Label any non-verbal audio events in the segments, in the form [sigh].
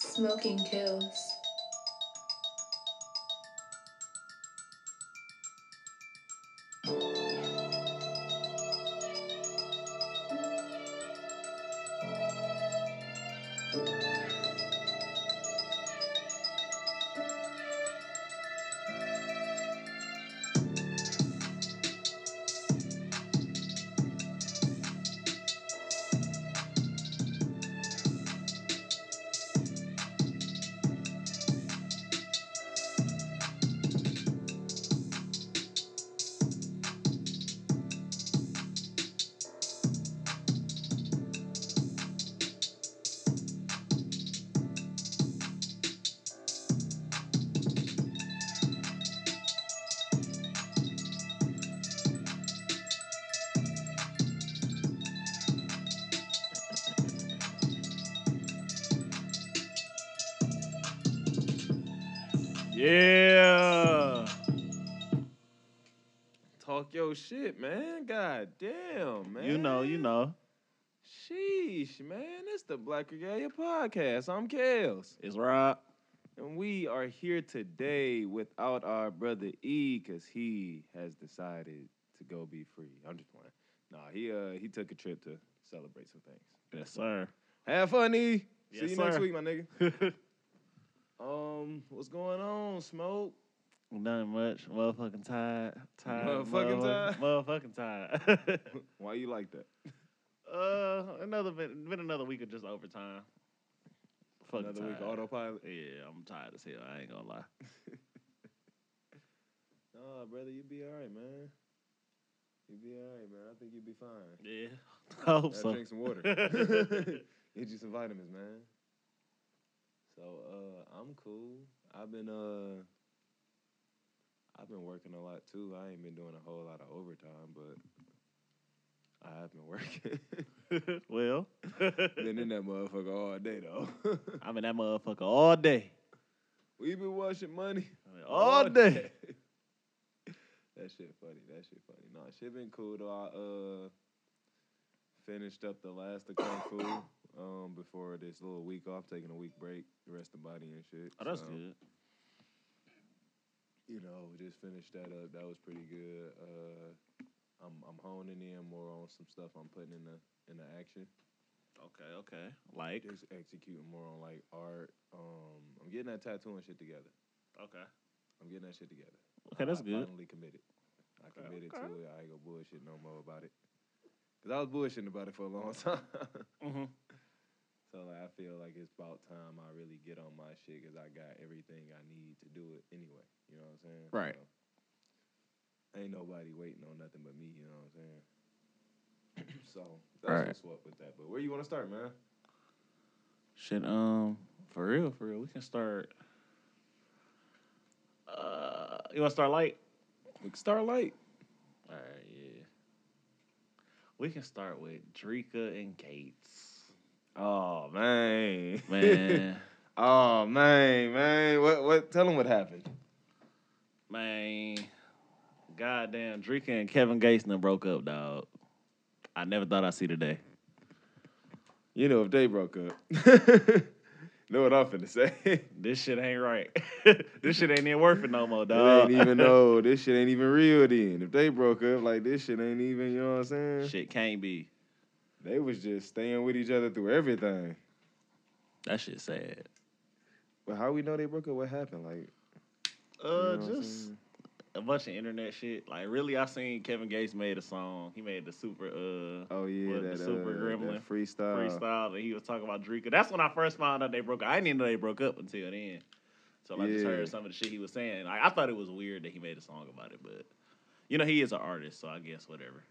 Smoking kills. Yeah. Talk your shit, man. God damn, man. You know, you know. Sheesh, man. It's the Black Regalia podcast. I'm Kels. It's Rob. And we are here today without our brother E because he has decided to go be free. I'm just playing. Nah, he uh he took a trip to celebrate some things. Yes, sir. [laughs] Have fun, E. Yes, See you next sir. week, my nigga. Um, what's going on, Smoke? [laughs] Nothing much. Motherfucking tired. Tired. Motherfucking tired. Motherfucking tired. [laughs] Why you like that? uh, another been, been another week of just overtime. Fucking Another week of tired. autopilot. Yeah, I'm tired as hell. I ain't gonna lie. Nah, brother, you be all right, man. You be all right, man. I think you'll be fine. Yeah. I [laughs] hope Gotta so. drink some [laughs] water. Get you some vitamins, man. So uh, I'm cool. I've been uh, I've been working a lot too. I ain't been doing a whole lot of overtime, but I have been working. [laughs] well, been in that motherfucker all day though. [laughs] [laughs] I'm in that motherfucker all day. we been washing money. I mean, all day. [laughs] that shit funny. That shit funny. Nah, shit been cool though. I uh finished up the last of Kung Fu um before this little week off, taking a week break, rest the body and shit. Oh, that's So, good. You know, we just finished that up. That was pretty good. Uh I'm I'm honing in more on some stuff I'm putting in the in the action. Okay, okay. Like, Just executing more on like art. Um I'm getting that tattoo and shit together. okay. I'm getting that shit together. Okay, that's I good. finally committed. I Okay, committed okay. to it. I ain't gonna bullshit no more about it. Cause I was bullshitting about it for a long [laughs] time. Mm-hmm. so like, I feel like it's about time I really get on my shit. Cause I got everything I need to do it anyway. You know what I'm saying? Right. So, ain't nobody waiting on nothing but me. You know what I'm saying? [clears throat] so that's Right. what's up with that. But where you want to start, man? Shit, um, for real, for real, we can start. Uh, you want to start light? We can start light. All right, yeah. We can start with Drika and Gates. Oh man, [laughs] Man, oh man, man. What what? Tell them what happened. man, goddamn, Drika and Kevin Gates done broke up, dog. I never thought I'd see the day. You know, if they broke up, [laughs] know what I'm finna say. [laughs] it This shit ain't right. [laughs] this shit ain't even worth it no more, dog. [laughs] ain't even know this shit ain't even real then. If they broke up, like this shit ain't even, you know what I'm saying? shit can't be. They was just staying with each other through everything. That shit sad. But how we know they broke up? What happened? Like, you know Uh, what I'm just. saying? a bunch of internet shit. Like really, I seen Kevin Gates made a song. He made the super uh Oh yeah, what, the that Super uh, Gremlin that freestyle. freestyle, and he was talking about Drika. That's when I first found out they broke. up. I didn't even know they broke up until then. So I just Yeah. heard some of the shit he was saying. Like I thought it was weird that he made a song about it, but you know he is an artist, so I guess whatever.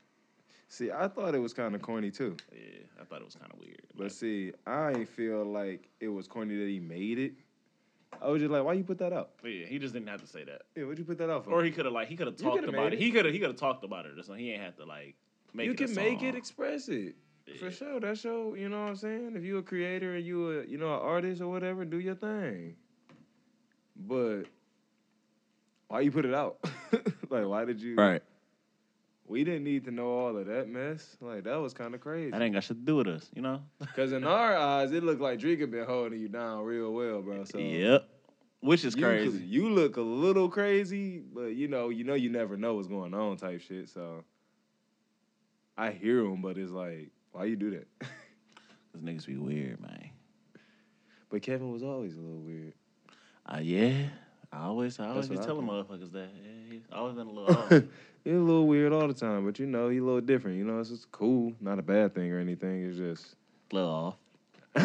See, I thought it was kind of corny too. Yeah, I thought it was kind of weird. But see, I ain't feel like it was corny that he made it. I was just like, why you put that out? But yeah, he just didn't have to say that, Yeah, what'd you put that out for? or he could have like he could have You talked coulda about made it. it. He could have he could have talked about it. or something. he ain't have to like make you it a can make it song. express it Yeah. for sure that's your you know what i'm saying if you a creator and you a you know an artist or whatever do your thing [laughs] but why you put it out like why did you we didn't need to know all of that mess. Like that was kind of crazy. That ain't got shit to do with us, you know? Cause in our eyes, it looked like Drake had been holding you down real well, bro. So Yep. Which is you could- crazy. You, look a little crazy, but you know, you know, you never know what's going on, type shit. So I hear him, but it's like, why you do that? [laughs] Those niggas be weird, man. But Kevin was always a [laughs] little weird. Uh, yeah. I always I always That's be what I telling think. motherfuckers that. Yeah, he's always been a little [laughs] off. He's a little weird all the time, but you know, he's a little different. You know, it's just cool, not a bad thing or anything. [laughs] It's just, little off. I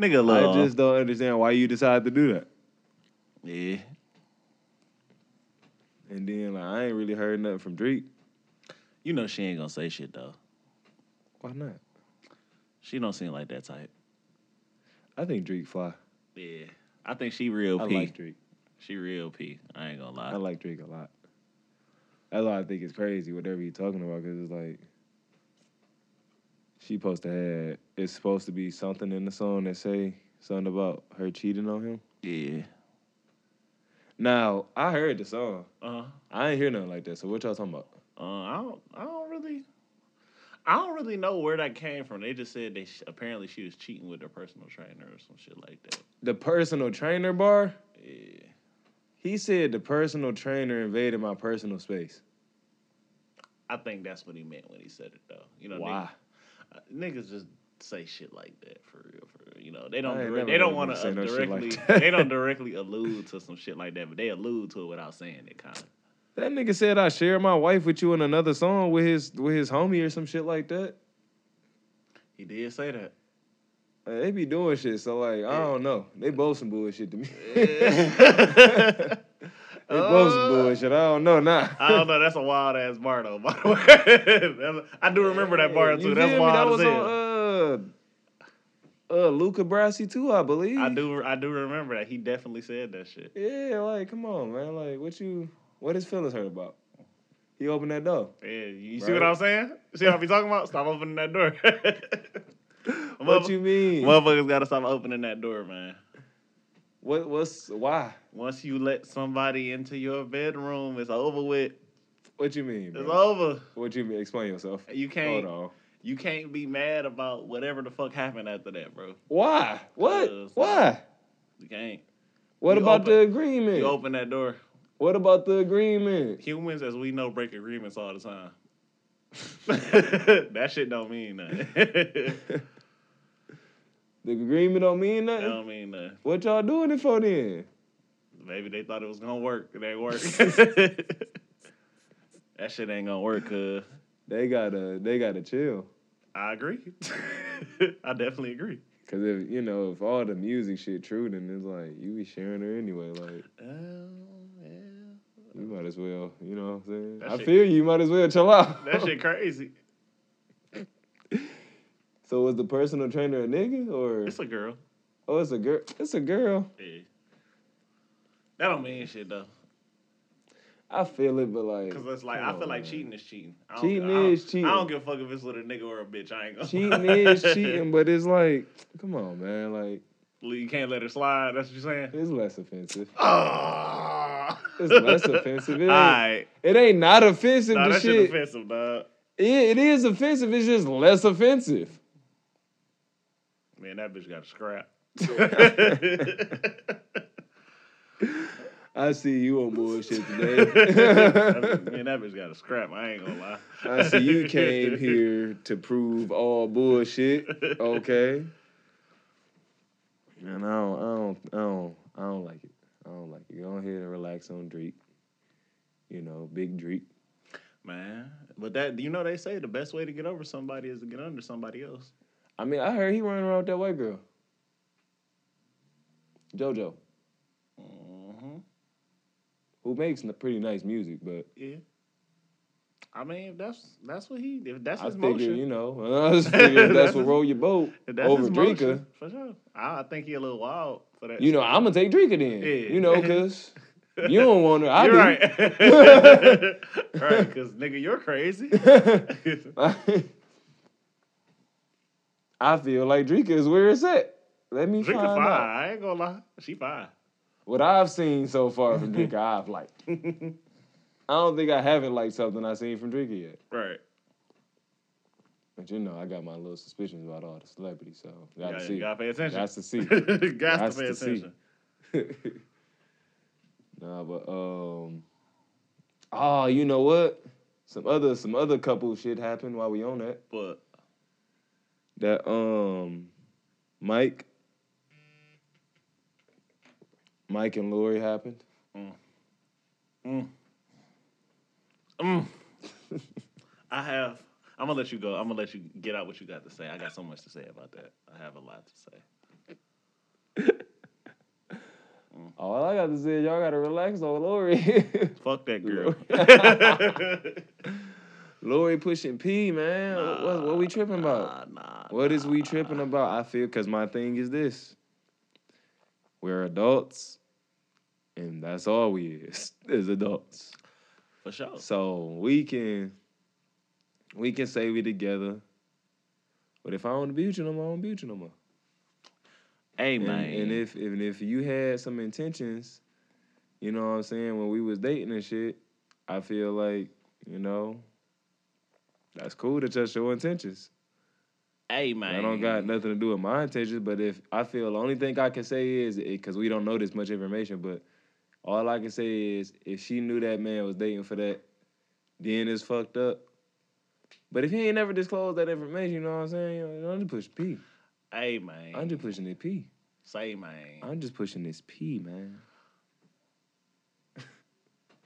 Nigga a little off. just don't understand why you decided to do that. Yeah. And then, like, I ain't really heard nothing from Drake. You know she ain't gonna say shit though. Why not? She don't seem like that type. I think Drake fly. Yeah. I think she real I P. like Drake. she real P. I ain't gonna lie. I like Drake a lot. That's why I think it's crazy, whatever you're talking about, because it's like she supposed to have it's supposed to be something in the song that say something about her cheating on him. yeah. Now, I heard the song. Uh I ain't hear nothing like that. So what y'all talking about? uh I don't I don't really I don't really know where that came from. They just said they sh- apparently she was cheating with her personal trainer or some shit like that. The personal trainer bar? Yeah. He said the personal trainer invaded my personal space. I think that's what he meant when he said it though. You know, Why? Uh, niggas just say shit like that for real, for real. You know, they don't I ain't direct- never they don't heard want niggas to say no shit like directly that. they [laughs] don't directly allude to some shit like that, but they allude to it without saying it kind of. That nigga said I share my wife with you in another song with his with his homie or some shit like that. He did say [laughs] [laughs] that. Uh, They be doing shit, so like I don't know. They both some bullshit to me. [laughs] They both some bullshit. I don't know. Nah. Uh, Oh. I don't know. That's a wild ass bar though. By the way, [laughs] That's- I do remember that bar too. [laughs] You That's feel me? That wild was as hell. on uh, uh, Luca Brasi too, I believe. I do. I do remember that. He definitely said that shit. Yeah, like come on, man. Like what you, what his feelings hurt about? He opened that door. Yeah, you see Right. what I'm saying? See what I be talking about? Stop opening that door. [laughs] What you mean? Motherfuckers gotta stop opening that door, man. what what's why? Once you let somebody into your bedroom, it's over with. What you mean? It's Bro? over. What you mean? Explain yourself. You Hold can't. on. You can't be mad about whatever the fuck happened after that, bro. Why? What? Cause- Why? You can't. What you about the open- agreement? You open that door. What about the agreement? Humans, as we know, break agreements all the [laughs] time. that shit don't mean [laughs] nothing. that The agreement don't mean nothing. don't mean nothing. What y'all doing it for then? Maybe they thought it was gonna work. It ain't [laughs] work. that shit ain't gonna work. Uh, They gotta they gotta chill. I agree. [laughs] I definitely agree. Cause if you know, if all the music shit true, then it's like you be sharing her anyway. Like Um, yeah. you might as well, you know what I'm saying? That I shit- feel you, you might as well chill out. That shit crazy. [laughs] So was the personal trainer a nigga or It's a girl. oh it's a girl it's a girl. Yeah. That don't mean shit though, I feel it, but like cause it's like come I on, feel like man. cheating is cheating. I don't- Cheating I don't- is cheating. I don't give a fuck if it's with a nigga or a bitch. I ain't gonna. Cheating [laughs] is cheating, but it's like, come on, man, like you can't let her slide. That's what you're saying. it's less offensive. Oh. It's less offensive, it ain't- All right, It ain't not offensive nah, to that shit shit. offensive, dog. It, it is offensive, it's just less offensive. Man, that bitch got a [laughs] scrap. I see you on bullshit today. Man, [laughs] that bitch got a scrap. I ain't gonna lie. I see you [laughs] came here Oh. to prove all bullshit. Okay. And I don't, I don't, I don't, I don't like it. I don't like it. Go ahead and relax on Drake. You know, big Drake. man. But that you know they say the best way to get over somebody is to get under somebody else. I mean, I heard he running around with that white girl. JoJo, Mm-hmm. hmm who makes n- pretty nice music, but Yeah. I mean, if that's that's what he if that's I his figure, motion. you know, [laughs] I just figure that's That's what his- roll your boat if [laughs] that's over his Drinker. motion, for sure. I, I think he a little wild for that. You know, shit. I'm gonna take Drinker then. Yeah. You [laughs] know, cause you don't want her. I you're do. right. [laughs] right, because nigga, you're [laughs] crazy. [laughs] I feel like Drika is where it's at. Let me Drink a find fine. out. I ain't gonna lie. She fine. [laughs] What I've seen so far from Drika, I've liked. I don't think I haven't liked something I seen from Drinker yet. Right. But you know, I got my little suspicions about all the celebrities, so Got gotta see. Gotta pay attention. [laughs] Gotta see. Got Gots to pay to see. attention. [laughs] nah, but um, oh, you know what? Some other some other couple shit happened while we on that. But That um, Mike, Mike and Lori happened. mm, I have. I'm gonna let you go. I'm gonna let you get out what you got to say. I got so much to say about that. I have a lot to say. All I got to say, is y'all gotta relax on Lori. [laughs] Fuck that girl. [laughs] Lori pushing P, man. What- what, what we tripping about? Nah, nah. What is we tripping about? I feel because my thing is this: we're adults, and that's all we is [laughs] is adults. For sure. So we can we can say we together, but if I don't be with you no more, I don't be with you no more. Hey And, man. and if and if you had some intentions, you know what I'm saying. When we was dating and shit, I feel like you know that's cool to just show intentions. hey man. I don't got nothing to do with my intentions, but if I feel the only thing I can say is because we don't know this much information, but all I can say is if she knew that man was dating for that, then it's fucked up. But if he ain't never disclosed that information, you know what I'm saying? You know, I'm just pushing P. Hey man. I'm just pushing it P. Say man. I'm just pushing this P, man.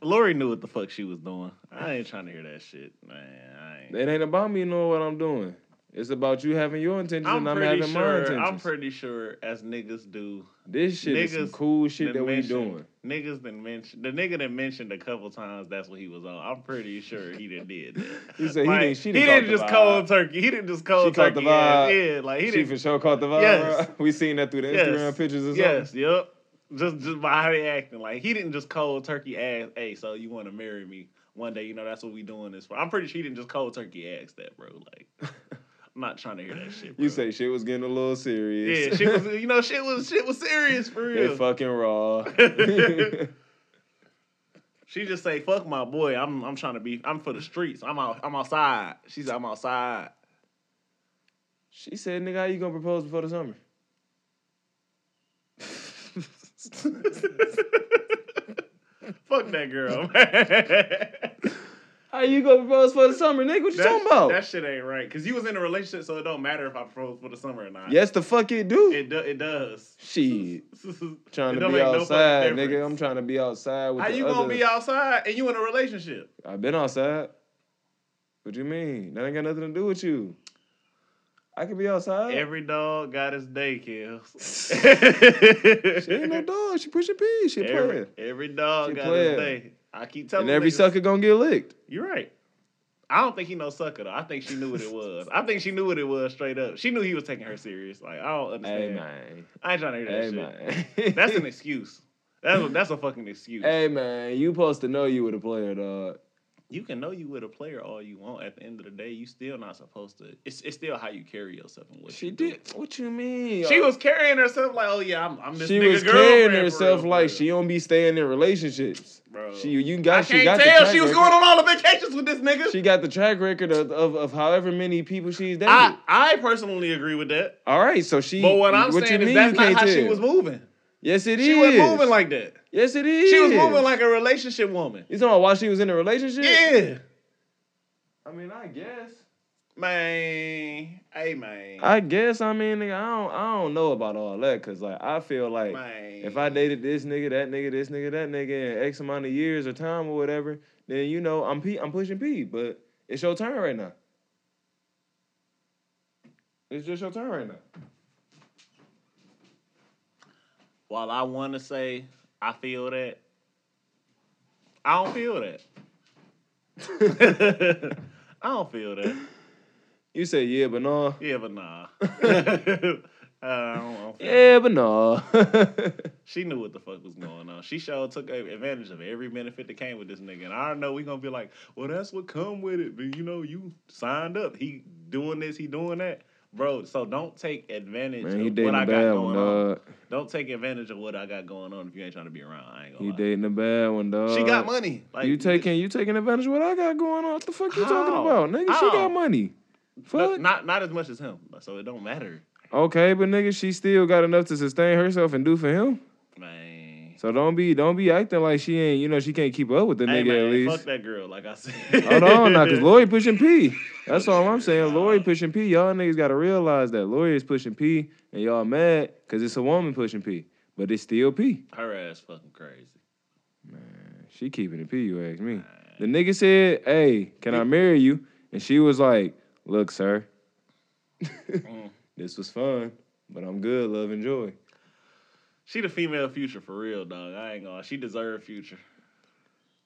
Lori knew what the fuck she was doing. I ain't trying to hear that shit, man. I ain't. It ain't about me knowing what I'm doing. It's about you having your intentions I'm and I'm pretty having my sure. intentions. I'm pretty sure as niggas do. this shit is some niggas cool shit done that we mentioned- doing. Niggas done mentioned the nigga that mentioned a couple times that's what he was on. I'm pretty sure he done did that. [laughs] He said he Like, didn't. She he didn't didn't, caught the just vibe. cold turkey. He didn't just cold caught the turkey. ass. vibe. Yeah, like he she didn't. for sure caught the vibe. Yes. bruh. [laughs] We seen that through the Yes. Instagram pictures or something. Yes, yep. Just just by how they acting. Like he didn't just cold turkey ask, hey, so you wanna marry me one day, you know, that's what we doing this for. I'm pretty sure he didn't just cold turkey ask that, bro. [laughs] Like I'm not trying to hear that shit, bro. You say shit was getting a little serious. Yeah, shit [laughs] was you know, shit was shit was serious for they real. [laughs] fucking raw. She just say, fuck my boy. I'm I'm trying to be I'm for the streets. I'm out I'm outside. She's I'm [laughs] outside. [laughs] she said, "Nigga, how you gonna propose before the summer?" Fuck that girl, man. [laughs] How you gonna propose for the summer, nigga? What you talking That- about? [laughs] That shit ain't right. Cause you was in a relationship, so it don't matter if I propose for the summer or not. yes, the fuck it do. It do, it does. [laughs] shit, trying It to don't be make no fucking outside, nigga. difference. I'm trying to be outside with How the you other. gonna be outside and you in a relationship? I've been outside. What you mean? That ain't got nothing to do with you. I could be outside. Every dog got his day [laughs] kills. [laughs] she [laughs] ain't no dog. She pushing pee. She every, playing. every dog She got playing. his day. I keep telling And every niggas, sucker gonna get licked. You're right. I don't think he no sucker though. I think she knew what it was. I think she knew what it was straight up. She knew he was taking her serious. Like I don't understand. Hey man. I ain't trying to hear that Hey shit. man. That's [laughs] an excuse. That's a, that's a fucking excuse. Hey man, you supposed to know you were the player, dog. You can know you with a player all you want. At the end of the day, you still not supposed to. It's, it's still how you carry yourself and what She you do. did. What you mean? Uh, She was carrying herself like, oh yeah, I'm, I'm this She nigga was girlfriend, carrying for real, herself for like real. she don't be staying in relationships. Bro. She you I got can't she got the tell track she was record. going on all the vacations with this nigga. She got the track record of, of, of however many people she's dated. I I personally agree with that. All right, so she. But what I'm what saying you is mean that's you not can't how she tell? was moving. Yes, it is. She was moving like that. Yes, it is. She was moving like a relationship woman. You talking about why she was in a relationship? Yeah. I mean, I guess. Man. Hey man. I guess. I mean, nigga, I don't. I don't know about all that because like I feel like. man. If I dated this nigga, that nigga, this nigga, that nigga in X amount of years or time or whatever, then you know I'm P, I'm pushing P, but it's your turn right now. It's just your turn right now. While I want to say I feel that, I don't feel [laughs] that. I don't feel that. You say yeah, but no. Yeah, but [laughs] nah. [laughs] Uh, I don't, I don't feel that. Yeah, but [laughs] no. She knew what the fuck was going on. She sure took advantage of every benefit that came with this nigga. And I don't know we gonna be like, well, that's what come with it. But you know, you signed up. He doing this, he doing that. bro. So don't take advantage Man, he of what dating I a got bad going one, on. dog. Don't take advantage of what I got going on if you ain't trying to be around. I ain't gonna He lie. dating a bad one, dog. She got money. Like Uh, you taking you taking advantage of what I got going on? What the fuck you talking How? about, nigga? She How? got money. no- Fuck. not not as much as him, so it don't matter, okay, but nigga, she still got enough to sustain herself and do for him. man. So don't be don't be acting like she ain't you know she can't keep up with the Hey, nigga man, at least. fuck that girl. Like I said, Hold on now, [laughs] cause Lori pushing P. That's all I'm saying. Lori pushing P. Y'all niggas gotta realize that Lori is pushing P, and y'all mad cause it's a woman pushing P, but it's still P. her ass fucking crazy. She keeping it P. You ask me. The nigga said, "Hey, can I marry you?" And she was like, "Look, sir, Mm. this was fun, but I'm good. Love and joy." She the female future for real, dog. I ain't gonna. She deserve future.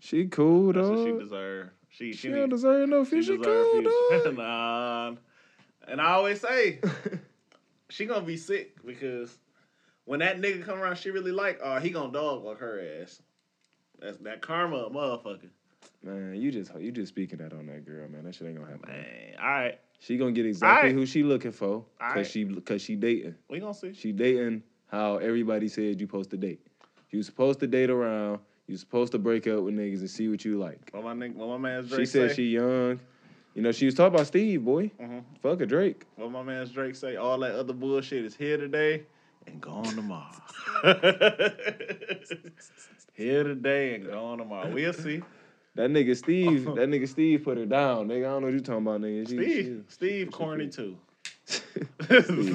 She cool That's what she though. deserve. She She, she, don't need- deserve no she fish. She deserve [laughs] cool future. dog. nah. And I always say she gonna be sick because when that nigga come around, she really like. Oh, he gonna dog on her ass. That's that karma, motherfucker. Man, you just you just speaking that on that girl, man. That shit ain't gonna happen. Man, all right, She gonna get exactly Aight. who she looking for, cause Aight. she cause she dating. we gonna see. She dating how everybody said you supposed to date. You supposed to date around. You supposed to break up with niggas and see what you like. What my nigga, what my man's Drake She said say? she young. You know she was talking about Steve, boy. Mhm. Fuck a Drake. What my man's Drake say? All that other bullshit is here today and gone tomorrow. [laughs] here today and gone tomorrow. We'll see. That [laughs] nigga Steve, that nigga Steve put her down. Nigga, I don't know what you talking about, nigga. [laughs] She- Steve, she- Steve, corny too. [laughs] Steve [laughs]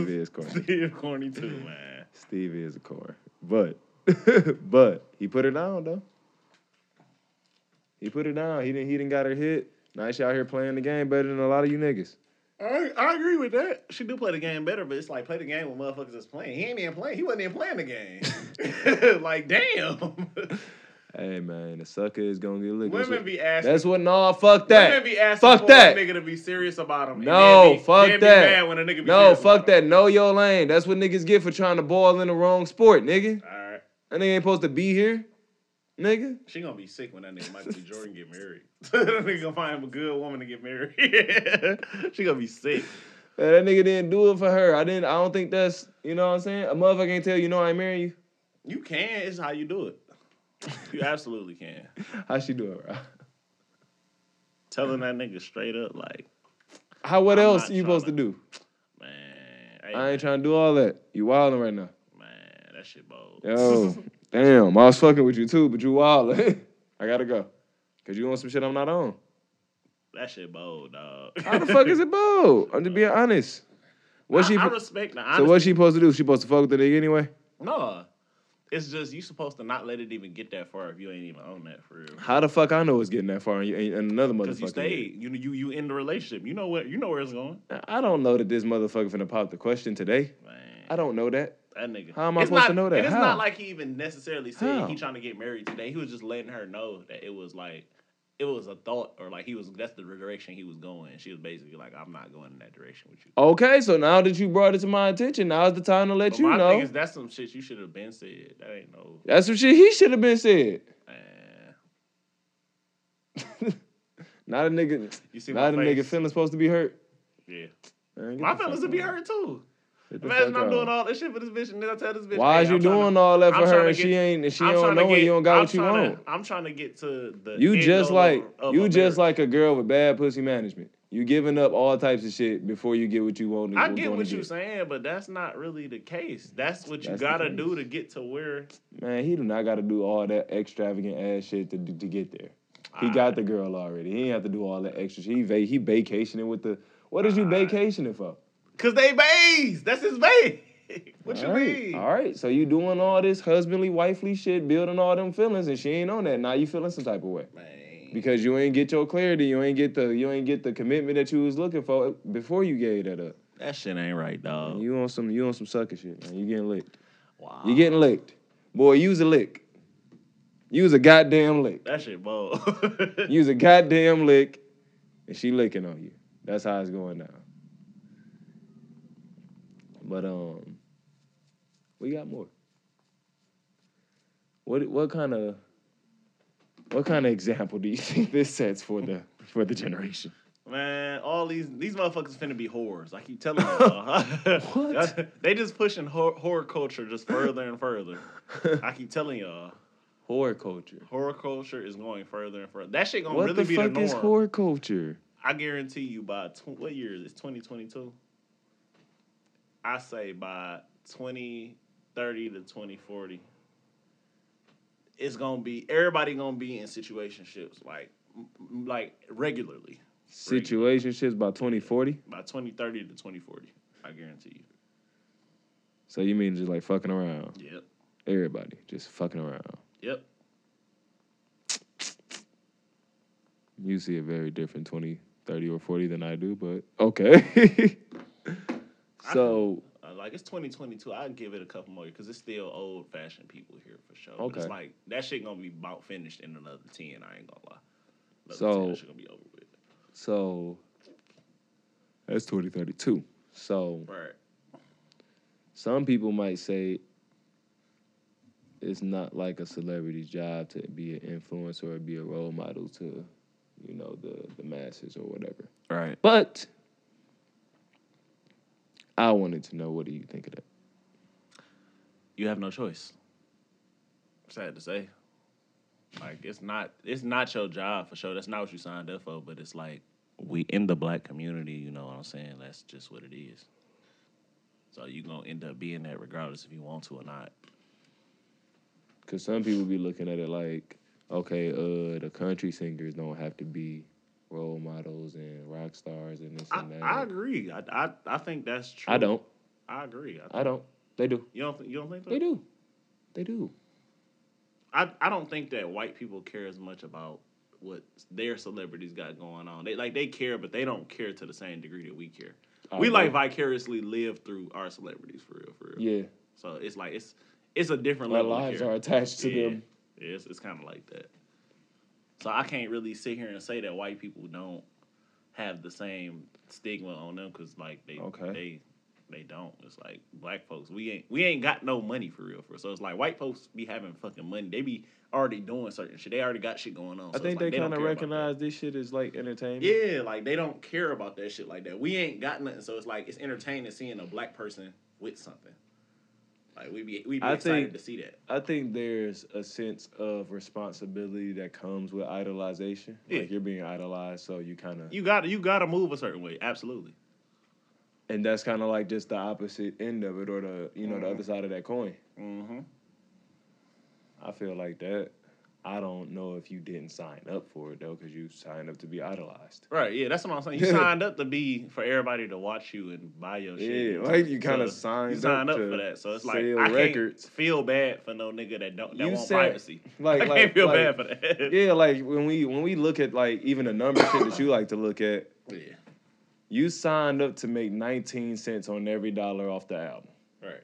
is corny. Steve, corny too, [laughs] man. Steve is a core. But [laughs] but he put her down though. He put her down. He didn't he didn't got her hit. Now she out here playing the game better than a lot of you niggas. I, I agree with that. She do play the game better, but it's like play the game when motherfuckers is playing. He ain't even playing. He wasn't even playing the game. [laughs] like damn, Hey man, the sucker is gonna get licked. That's women what, be asking. that's what no fuck that. Women be asking Fuck for that. a nigga to be serious about them. No, be, fuck then that. Be mad when a nigga be no, serious fuck about 'em. that. Know your lane. That's what niggas get for trying to ball in the wrong sport, nigga. All right. That nigga ain't supposed to be here, nigga. She gonna be sick when that nigga Michael B. Jordan get married. [laughs] that nigga gonna find him a good woman to get married. [laughs] she gonna be sick. Man, that nigga didn't do it for her. I didn't. I don't think that's. You know what I'm saying? A motherfucker can't tell you no. I ain't marrying you. You can. It's how you do it. You absolutely can. How she do it, bro? [laughs] Telling that nigga straight up, like, How? What I'm else not you supposed to tryna- do? man, I hey, ain't trying to do all that. You wilding right now. man, that shit bold. Yo, [laughs] damn. I was fucking with you too, but you wilding. [laughs] I gotta go, cause you on some shit I'm not on. that shit bold, dog. How the [laughs] fuck is it bold? I'm just being honest. What she? I, I po- respect the so honesty. what she supposed to do? She supposed to fuck with the nigga anyway? No, it's just you supposed to not let it even get that far if you ain't even on that for real. How the fuck I know it's getting that far and, you, ain't- and another motherfucker? Because you stayed, you you you in the relationship. You know where you know where it's going. I don't know that this motherfucker finna pop the question today. Man, I don't know that. that nigga. How am I It's supposed not- to know that? and It's How? not like he even necessarily said How? he trying to get married today. He was just letting her know that it was like it was a thought or like he was that's the direction he was going. She was basically like, I'm not going in that direction with you. Okay, so now that you brought it to my attention, now's the time to let But you my know. thing is that's some shit you should have been said. That ain't no That's some shit he should have been said. man. Not a nigga. You see not a my nigga face? feelings supposed to be hurt. yeah. Man, get My the fuck feelings would be on. hurt too. Get the Imagine fuck I'm out. doing all this shit for this bitch and then I tell this bitch. Why "Hey, is you I'm tryna- doing all that for I'm her tryna and get- she ain't and she I'm don't tryna know get- and you don't got I'm what you tryna- want? I'm trying to get to the. You end just goal like of you a just marriage. like a girl with bad pussy management. You giving up all types of shit before you get what you want. and I you get gonna what you're saying, but that's not really the case. That's what you That's the gotta case. do to get to where Man, he do not got to do all that extravagant ass shit to to get there. He got the girl already. He ain't have to do all that extra shit. He va- he vacationing with the. What is you vacationing for? Cause they bays. That's his bay. [laughs] what you All right, mean? All right. So you doing all this husbandly, wifely shit, building all them feelings, and she ain't on that. Now you feeling some type of way Man. because you ain't get your clarity. You ain't get the you ain't get the commitment that you was looking for before you gave that up. That shit ain't right, And dog. you on some you on some sucker shit. Man. You getting licked. Wow. You getting licked, boy. Use a lick. Use a goddamn lick. that shit bold. [laughs] Use a goddamn lick, and she licking on you. That's how it's going down. But um, we got more. What what kind of [laughs] what kind of example do you think this sets for the for the generation? [laughs] Man, all all these these motherfuckers finna be whores. I keep telling y'all. [laughs] What? [laughs] they just pushing hor- horror culture just further and further. I keep telling y'all, horror culture. horror culture is going further and further. That shit gonna What really the be fuck the is norm. horror culture? I guarantee you by tw- what year is it? Twenty twenty two. I say by twenty thirty to twenty forty, it's gonna be everybody gonna be in situationships like m- m- like regularly Situationships by 2040. by twenty thirty to twenty forty. I guarantee So you mean just like fucking around? you. Yep. Everybody just fucking around. Yep. You see a very different 20, 30, or 40 than I do, but okay. [laughs] so Uh, like it's 2022. I'd give it a couple more because it's still old fashioned people here for sure. But Okay. It's like that shit gonna be about finished in another 10. I ain't gonna lie. Another So- 10, that shit gonna be over with. so that's 2032. So Right. some people might say it's not like a celebrity's job to be an influencer or be a role model to, you know, the the masses or whatever. Right. But I wanted to know what do you think of that? You have no choice. Sad to say. Like it's not it's not your job for sure. That's not what you signed up for, but it's like we in the black community, you know what I'm saying? That's just what it is. So you gonna end up being that regardless if you want to or not. Cause some people be looking at it like, okay, uh, the country singers don't have to be role models and rock stars and this I, and that. I agree. I, I I think that's true. I don't. I agree. I I don't. They do. You don't think you don't think that? They do. They do. I, I don't think that white people care as much about what their celebrities got going on. They like they care, but they don't care to the same degree that we care. I we like agree. vicariously live through our celebrities for real, for real. Yeah, So it's like it's it's a different our level. of lives care. are attached to Yeah. them. Yeah, it's, it's kind of like that. So I can't really sit here and say that white people don't have the same stigma on them because like they Okay. they they don't. It's like black folks we ain't we ain't got no money for real for so it's like white folks be having fucking money. They be already doing certain shit. They already got shit going on. So I it's think like they don't kind of care about that. recognize this shit is like entertainment. Yeah, like they don't care about that shit like that. We ain't got nothing, so it's like it's entertaining seeing a black person with something. Like we be we be I excited think- to see that. I think there's a sense of responsibility that comes with idolization. Yeah. Like you're being idolized, so you kind of You got to you got to move a certain way. Absolutely. and that's kind of like just the opposite end of it, or the you know the Mhm. other side of that coin. Mm-hmm. I feel like that. I don't know if you didn't sign up for it though, because you signed up to be idolized. Right. Yeah, that's what I'm [laughs] saying. You signed up to be for everybody to watch you and buy your shit. Yeah, like you So kinda signed you signed up up, to for that. So it's like sell I records. can't feel bad for no nigga that don't that You want said- [laughs] privacy. [laughs] Like, I like, can't feel bad like- for that. Yeah, like when we when we look at like even the number shit that you like to look at, [laughs] yeah. you signed up to make nineteen cents on every dollar off the album. Right.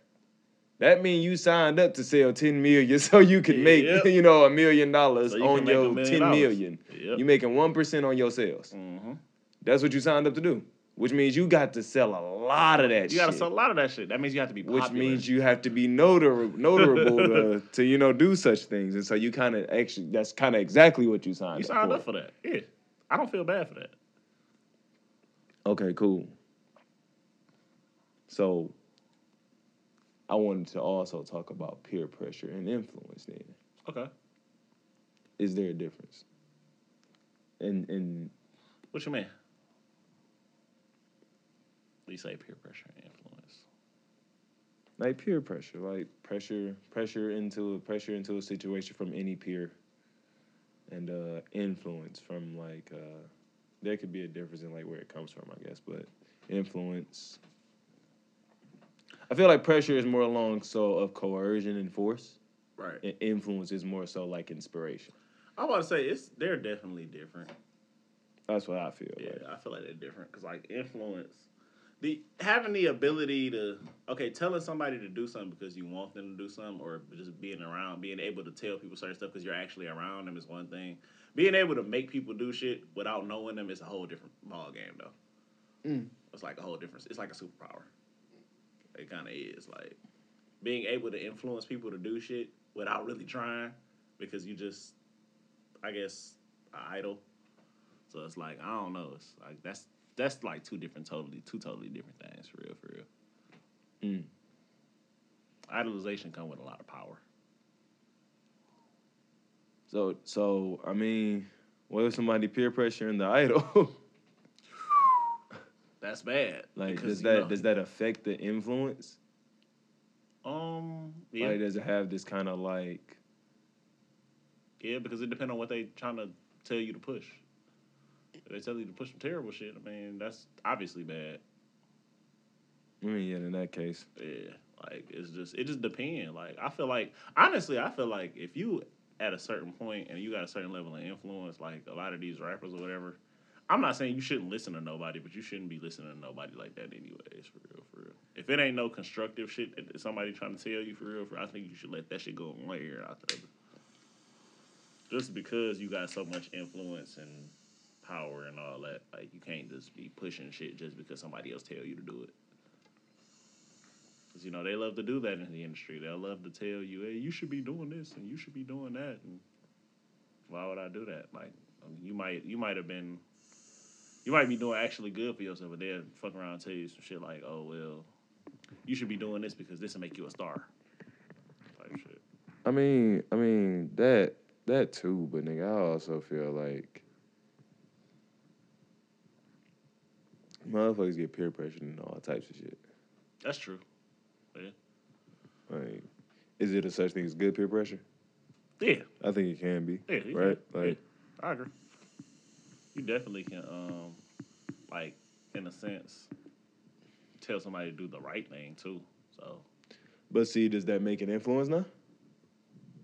That mean you signed up to sell 10 million [laughs] so you can make, Yep. [laughs] you know, a million dollars So you on can make a your million 10 dollars. million. Yep. You're making 1% on your sales. mm-hmm. That's what you signed up to do, which means you got to sell a lot of that You got to shit, sell a lot of that shit. That means you have to be which popular. means you have to be notar- notable to, [laughs] to, you know, do such things. And so you kind of actually, that's kind of exactly what you signed, You signed up, up for that. Yeah. I don't feel bad for that. for. Okay, cool. So I wanted to also talk about peer pressure and influence then. Okay. is there a difference? And and What you mean? You say peer pressure and influence. like peer pressure, like pressure pressure into a pressure into a situation from any peer and uh influence from like uh there could be a difference in like where it comes from, I guess, but influence I feel like pressure is more along so of coercion and force, Right. and influence is more so like inspiration. I'm about to say it's they're definitely different. That's what I feel. Yeah, Like. I feel like they're different because like influence, the having the ability to okay telling somebody to do something because you want them to do something, or just being around, being able to tell people certain stuff because you're actually around them is one thing. Being able to make people do shit without knowing them is a whole different ball game though. Mm. It's like a whole different. It's like a superpower. It kind of is like being able to influence people to do shit without really trying because you just, I guess, a idol. So it's like I don't know. It's like that's that's like two different, totally, two totally different things for real, for real. Mm. Idolization come with a lot of power. So so I mean, what if somebody peer pressuring the [laughs] idol? That's bad. like because, does you that know, does that affect the influence? um yeah, Like does it have this kind of like yeah because it depends on what they trying to tell you to push. If they tell you to push some terrible shit, I mean that's obviously bad. I mean yeah in that case. Yeah, like it's just it just depends. Like I feel like honestly, I feel like if you at a certain point and you got a certain level of influence, like a lot of these rappers or whatever. I'm not saying you shouldn't listen to nobody, but you shouldn't be listening to nobody like that anyways, for real, for real. If it ain't no constructive shit that somebody trying to tell you for real, for I think you should let that shit go in one ear and out the other. Just because you got so much influence and power and all that, like you can't just be pushing shit just because somebody else tell you to do it. Cause you know they love to do that in the industry. They love to tell you, "Hey, you should be doing this and you should be doing that." And why would I do that? Like, I mean, you might you might have been, you might be doing actually good for yourself, but then fuck around and tell you some shit like, "Oh well, you should be doing this because this will make you a star." Like shit. I mean, I mean that that too, but nigga, I also feel like motherfuckers get peer pressured and all types of shit. That's true. Like, is it a such thing as good peer pressure? Yeah, I think it can be, yeah, you right? can- Like, yeah, I agree. You definitely can, um, like, in a sense, tell somebody to do the right thing too. So. but see, does that make an influence now?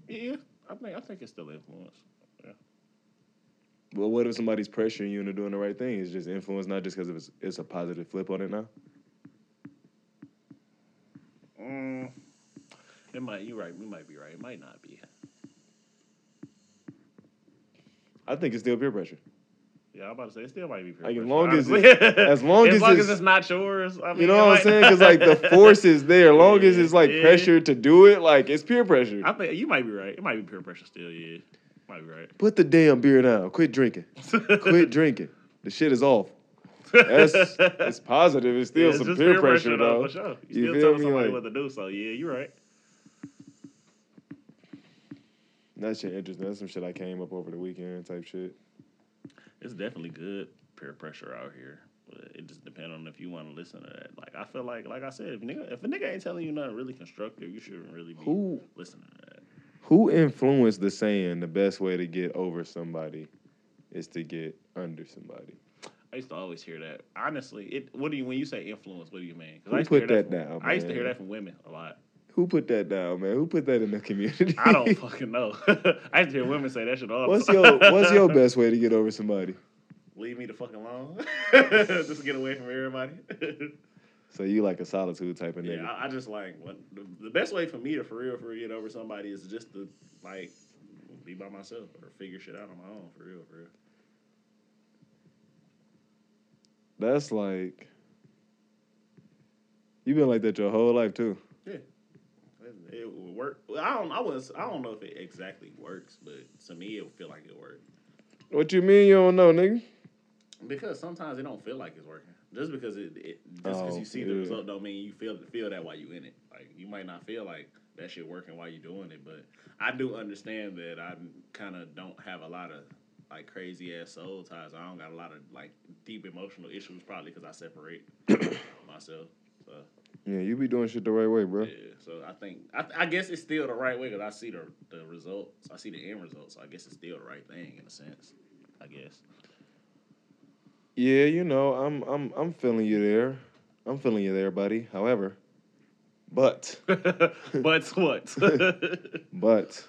Yeah, I think I think it's still influence. Well, what if somebody's pressuring you into doing the right thing? It's just influence, not just because it's it's a positive flip on it now. Mm. It might. You're right. We might be right. It might not be. I think it's still peer pressure. Yeah, I'm about to say it still might be. peer Like, as pressure, long as honestly. as long as long it's- [laughs] as it's not yours, I mean, You know it what I'm might- saying? Because like [laughs] the force is there. Long as it's like Yeah. pressure to do it, like it's peer pressure. I think you might be right. It might be peer pressure still. Yeah, might be right. Put the damn beer down. [laughs] Quit drinking. Quit drinking. The shit is off. [laughs] That's it's positive. It's still Yeah, it's some just peer, pressure, though. For sure. You, still You feel telling me? somebody Like- what to do. So yeah, you're right. That shit interesting. That's some shit I came up over the weekend type shit. It's definitely good peer pressure out here. But it just depends on if you want to listen to that. Like I feel like, like I said, if nigga, if a nigga ain't telling you nothing really constructive, you shouldn't really be Who- listening to that. Who influenced the saying the best way to get over somebody is to get under somebody? I used to always hear that. Honestly, it what do you when you say influence? What do you mean? 'Cause Who I used to put hear that from- down, I used to hear man? that from women a lot. Who put that down, man? Who put that in the community? I [laughs] don't fucking know. [laughs] I used to hear women say that shit all. the what's time. [laughs] your What's your best way to get over somebody? Leave me the fucking alone. [laughs] just get away from everybody. [laughs] So you like a solitude type of nigga. yeah, I, I just like what the, the best way for me to for real for real get over somebody is just to like be by myself or figure shit out on my own for real for real. That's like you've been like that your whole life too. It- It would work. Well, I don't. I was. I don't know if it exactly works, but to me, it would feel like it worked. What you mean you don't know, nigga? Because sometimes it don't feel like it's working. Just because it, it just because Oh, you see the yeah. result don't mean you feel feel that while you in it. Like you might not feel like that shit working while you're doing it, but I do understand that I kind of don't have a lot of like crazy ass soul ties. I don't got a lot of like deep emotional issues probably because I separate [coughs] myself. So Yeah, you be doing shit the right way, bro. yeah, so I think I, I guess it's still the right way because I see the the results. I see the end results. So I guess it's still the right thing in a sense. I guess. [laughs] Yeah, you know, I'm I'm I'm feeling you there. I'm feeling you there, buddy. However, but but what? [laughs] but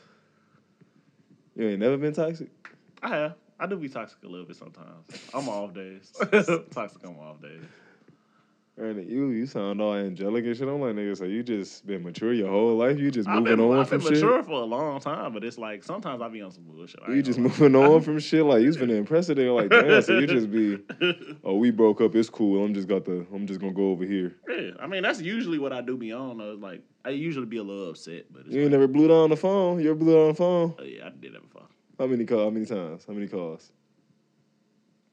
you ain't never been toxic. I have. I do be toxic a little bit sometimes. I'm off [laughs] days. toxic on my off days. Ernie, you you sound all angelic and shit. I'm like, nigga, so you just been mature your whole life? You just I've moving been, on I've from been shit? mature for a long time, but it's like sometimes I be on some bullshit. I You ain't just [laughs] gonna moving on from shit? Like, you's been impressive. They're like, damn, so you just be... lie. [laughs] Oh, we broke up. It's cool. I'm just got the. I'm just gonna go over here. yeah, I mean that's usually what I do be on. Though. Like I usually be a little upset, but it's You ain't like, never blew down the phone. You ever blew down the phone? oh, yeah, I did that before. How many call? How many times? How many calls?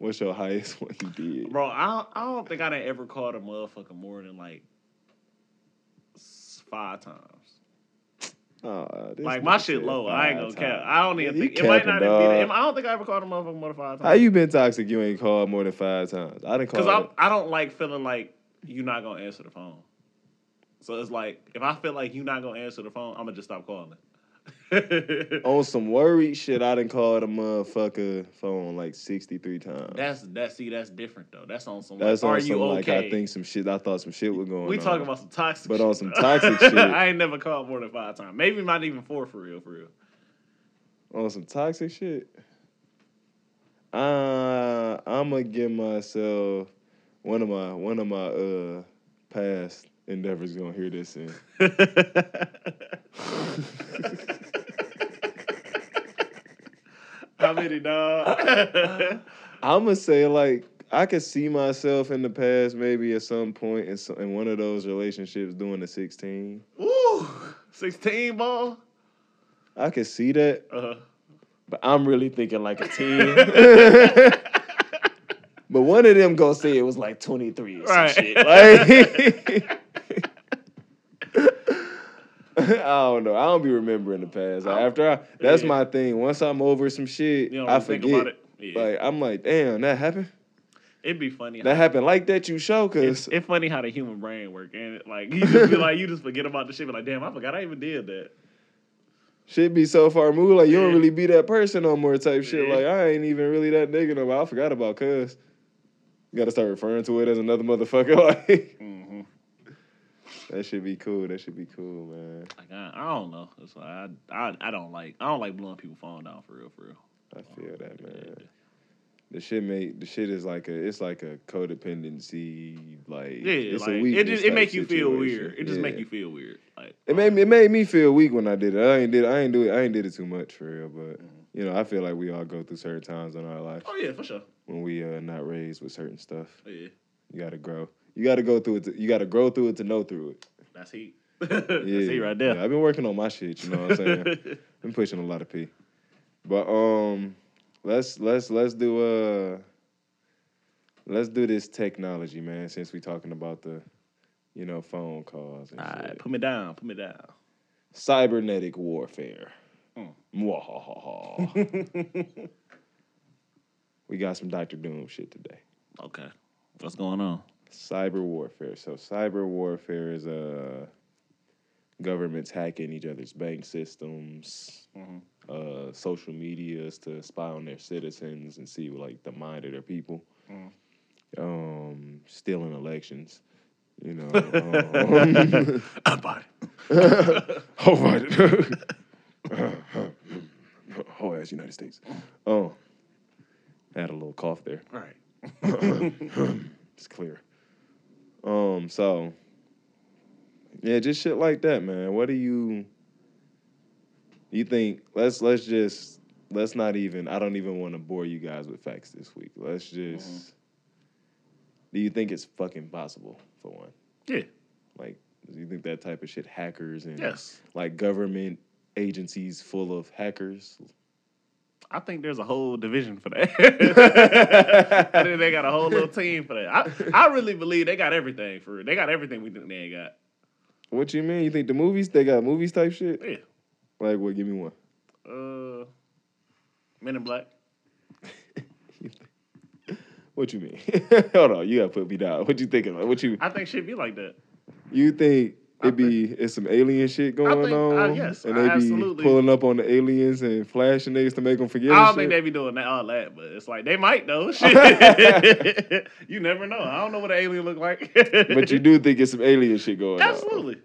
What's your highest [laughs] one you did? Bro, I don't, I don't think I done ever called a motherfucker more than like s- five times. Aw, this like my nigga shit said low. I ain't gonna five cap. times. I don't even Yeah, you think it might not capping, even be. dawg. That. I don't think I ever called a motherfucker more than five How times. you been toxic? You ain't called more than five times. I didn't call. Because I I don't like feeling like you're not gonna answer the phone. So it's like if I feel like you're not gonna answer the phone, I'm gonna just stop calling. [laughs] on some worried shit. I didn't call the motherfucker phone like sixty three times. that's that. See, that's different though. That's on some. That's like, on are you some like okay? I think some shit. I thought some shit was going. we on. talking about some toxic, But shit, on some though. [laughs] toxic shit. I ain't never called more than five times. Maybe not even four for real, for real. [laughs] on some toxic shit. Uh, I'm gonna give myself one of my one of my uh past endeavors gonna hear this in. How many dog? I'm gonna say like I could see myself in the past maybe at some point in some, in one of those relationships doing the 16. [laughs] Woo, sixteen ball. I could see that, Uh-huh. [laughs] but I'm really thinking like a 10. [laughs] [laughs] but one of them gonna say it was like 23 or some Right. shit. Like, [laughs] I don't know. I don't be remembering the past. Like, after I, that's Yeah. my thing. Once I'm over some shit, You don't I really forget. think about it. Yeah. Like I'm like, damn, that happened. It'd be funny. That how- happened like that. You show, It's, cause it's funny how the human brain work, and it, like [laughs] you just be like you just forget about the shit. Be like, damn, I forgot I even did that. shit be so far moved. Like you don't Yeah. really be that person no more. Type shit. Yeah. Like I ain't even really that nigga no more. I forgot about cuz. You gotta start referring to it as another motherfucker. [laughs] Like Mm-hmm. that should be cool. That should be cool, man. Like I, I don't know. It's like, I, I I don't like I don't like blowing people phone down for real for real. I feel that, man. The shit make the shit is like a it's like a codependency like Yeah, it's like a it weakness just it type make you feel situation. weird. It just Yeah. make you feel weird. Like oh, It made me. It made me feel weak when I did it. I ain't did. I ain't do it. I ain't did it too much for real. But Mm-hmm. you know, I feel like we all go through certain times in our life Oh yeah, for sure. when we uh not raised with certain stuff. Oh, yeah, You gotta grow. You gotta go through it. To, you gotta grow through it to know through it. that's heat. [laughs] that's heat right there. Yeah, I've been working on my shit. You know what I'm [laughs] saying. been pushing a lot of pee. But um, let's let's let's do uh, let's do this technology, man. Since we talking about the, you know, phone calls and All shit. right, put me down. Put me down. cybernetic warfare. Mm. Mwahaha. we got some Doctor Doom shit today. Okay, what's going on? Cyber warfare. So cyber warfare is uh, governments hacking each other's bank systems, Mhm. uh, social medias to spy on their citizens and see like the mind of their people. Mm. Um, stealing elections. [laughs] You [laughs] know. um, I'm fine. [laughs] [laughs] All right. Whole ass United States. Oh. Had a little cough there. All right. [laughs] It's clear. Um, so yeah, just shit like that, man. What do you you think let's let's just let's not even I don't even want to bore you guys with facts this week. Let's just Do you think it's fucking possible for one? Yeah. Like do you think that type of shit hackers and Yes. like government agencies full of hackers. I think there's a whole division for that. [laughs] I think they got a whole little team for that. I, I really believe they got everything for real. They got everything we think they ain't got. [laughs] what you mean? You think the movies they got movies type shit? Yeah. Like what? Give me one. Uh, Men in Black. What you mean? [laughs] Hold on, you gotta put me down. What you thinking? Like, what you I think shit be like that. you think I it be it's some alien shit going think- uh, on? yes, and I they be absolutely- pulling up on the aliens and flashing niggas to make them forget. I and don't think they shit? be doing that, all that, but it's like they might [laughs] though. Shit. you never know. I don't know what an alien look like. [laughs] But you do think it's some alien shit going on? absolutely. Absolutely.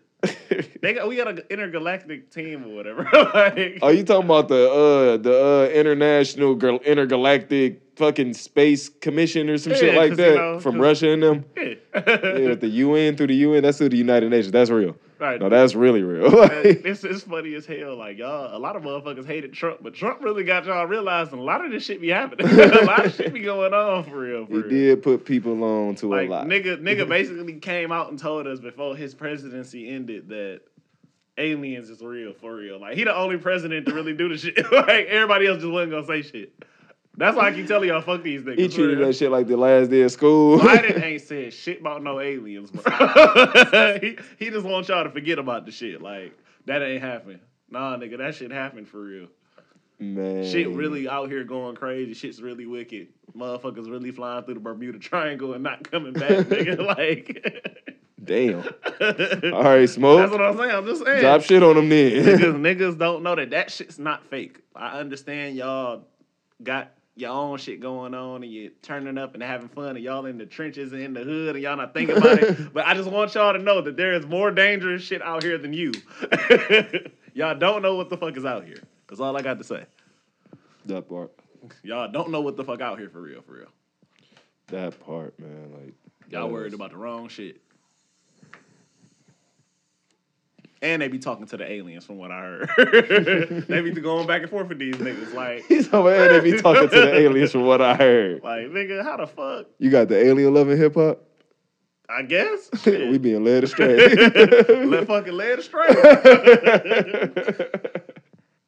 They got we got an intergalactic team or whatever. [laughs] like, [laughs] Are you talking about the uh the uh international gal- intergalactic fucking space commission or some shit Yeah, like 'cause, you that know, from 'cause- Russia [laughs] and them? yeah. Yeah, with the UN through the UN, that's through the United Nations. That's real. right. No, that's really real. [laughs] And it's, it's funny as hell. Like y'all, a lot of motherfuckers hated Trump, but Trump really got y'all realizing a lot of this shit be happening. [laughs] a lot of shit be going on for real. For he real. did put people on to Like a lot. [laughs] nigga, nigga basically came out and told us before his presidency ended that aliens [laughs] is real for real. Like he the only president to really do the shit. like everybody else just wasn't gonna say shit. That's why I keep telling y'all, fuck these niggas. He treated bro. that shit like the last day of school. [laughs] Biden ain't said shit about no aliens, bro. [laughs] he, he just wants y'all to forget about the shit. Like, that ain't happened. Nah, nigga, that shit happened for real. Man, Shit really out here going crazy. Shit's really wicked. Motherfuckers really flying through the Bermuda Triangle and not coming back, nigga. [laughs] Like, [laughs] Damn. All right, that's smoke. what I'm saying. I'm just saying. Drop shit on them then. niggas, niggas don't know that that shit's not fake. I understand y'all got your own shit going on and you're turning up and having fun and y'all in the trenches and in the hood and y'all not thinking about it. But I just want y'all to know that there is more dangerous shit out here than you. [laughs] y'all don't know what the fuck is out here. That's all I got to say. [laughs] that part. Y'all don't know what the fuck out here for real, for real. That part, man. Like Y'all that worried is- about the wrong shit. And they be talking to the aliens, from what I heard. [laughs] they be going back and forth with these niggas, like, [laughs] He's over there. They be talking [laughs] to the aliens, from what I heard. like nigga, how the fuck? You got the alien loving hip hop. I [laughs] guess. we [laughs] being led Let astray. fucking led astray.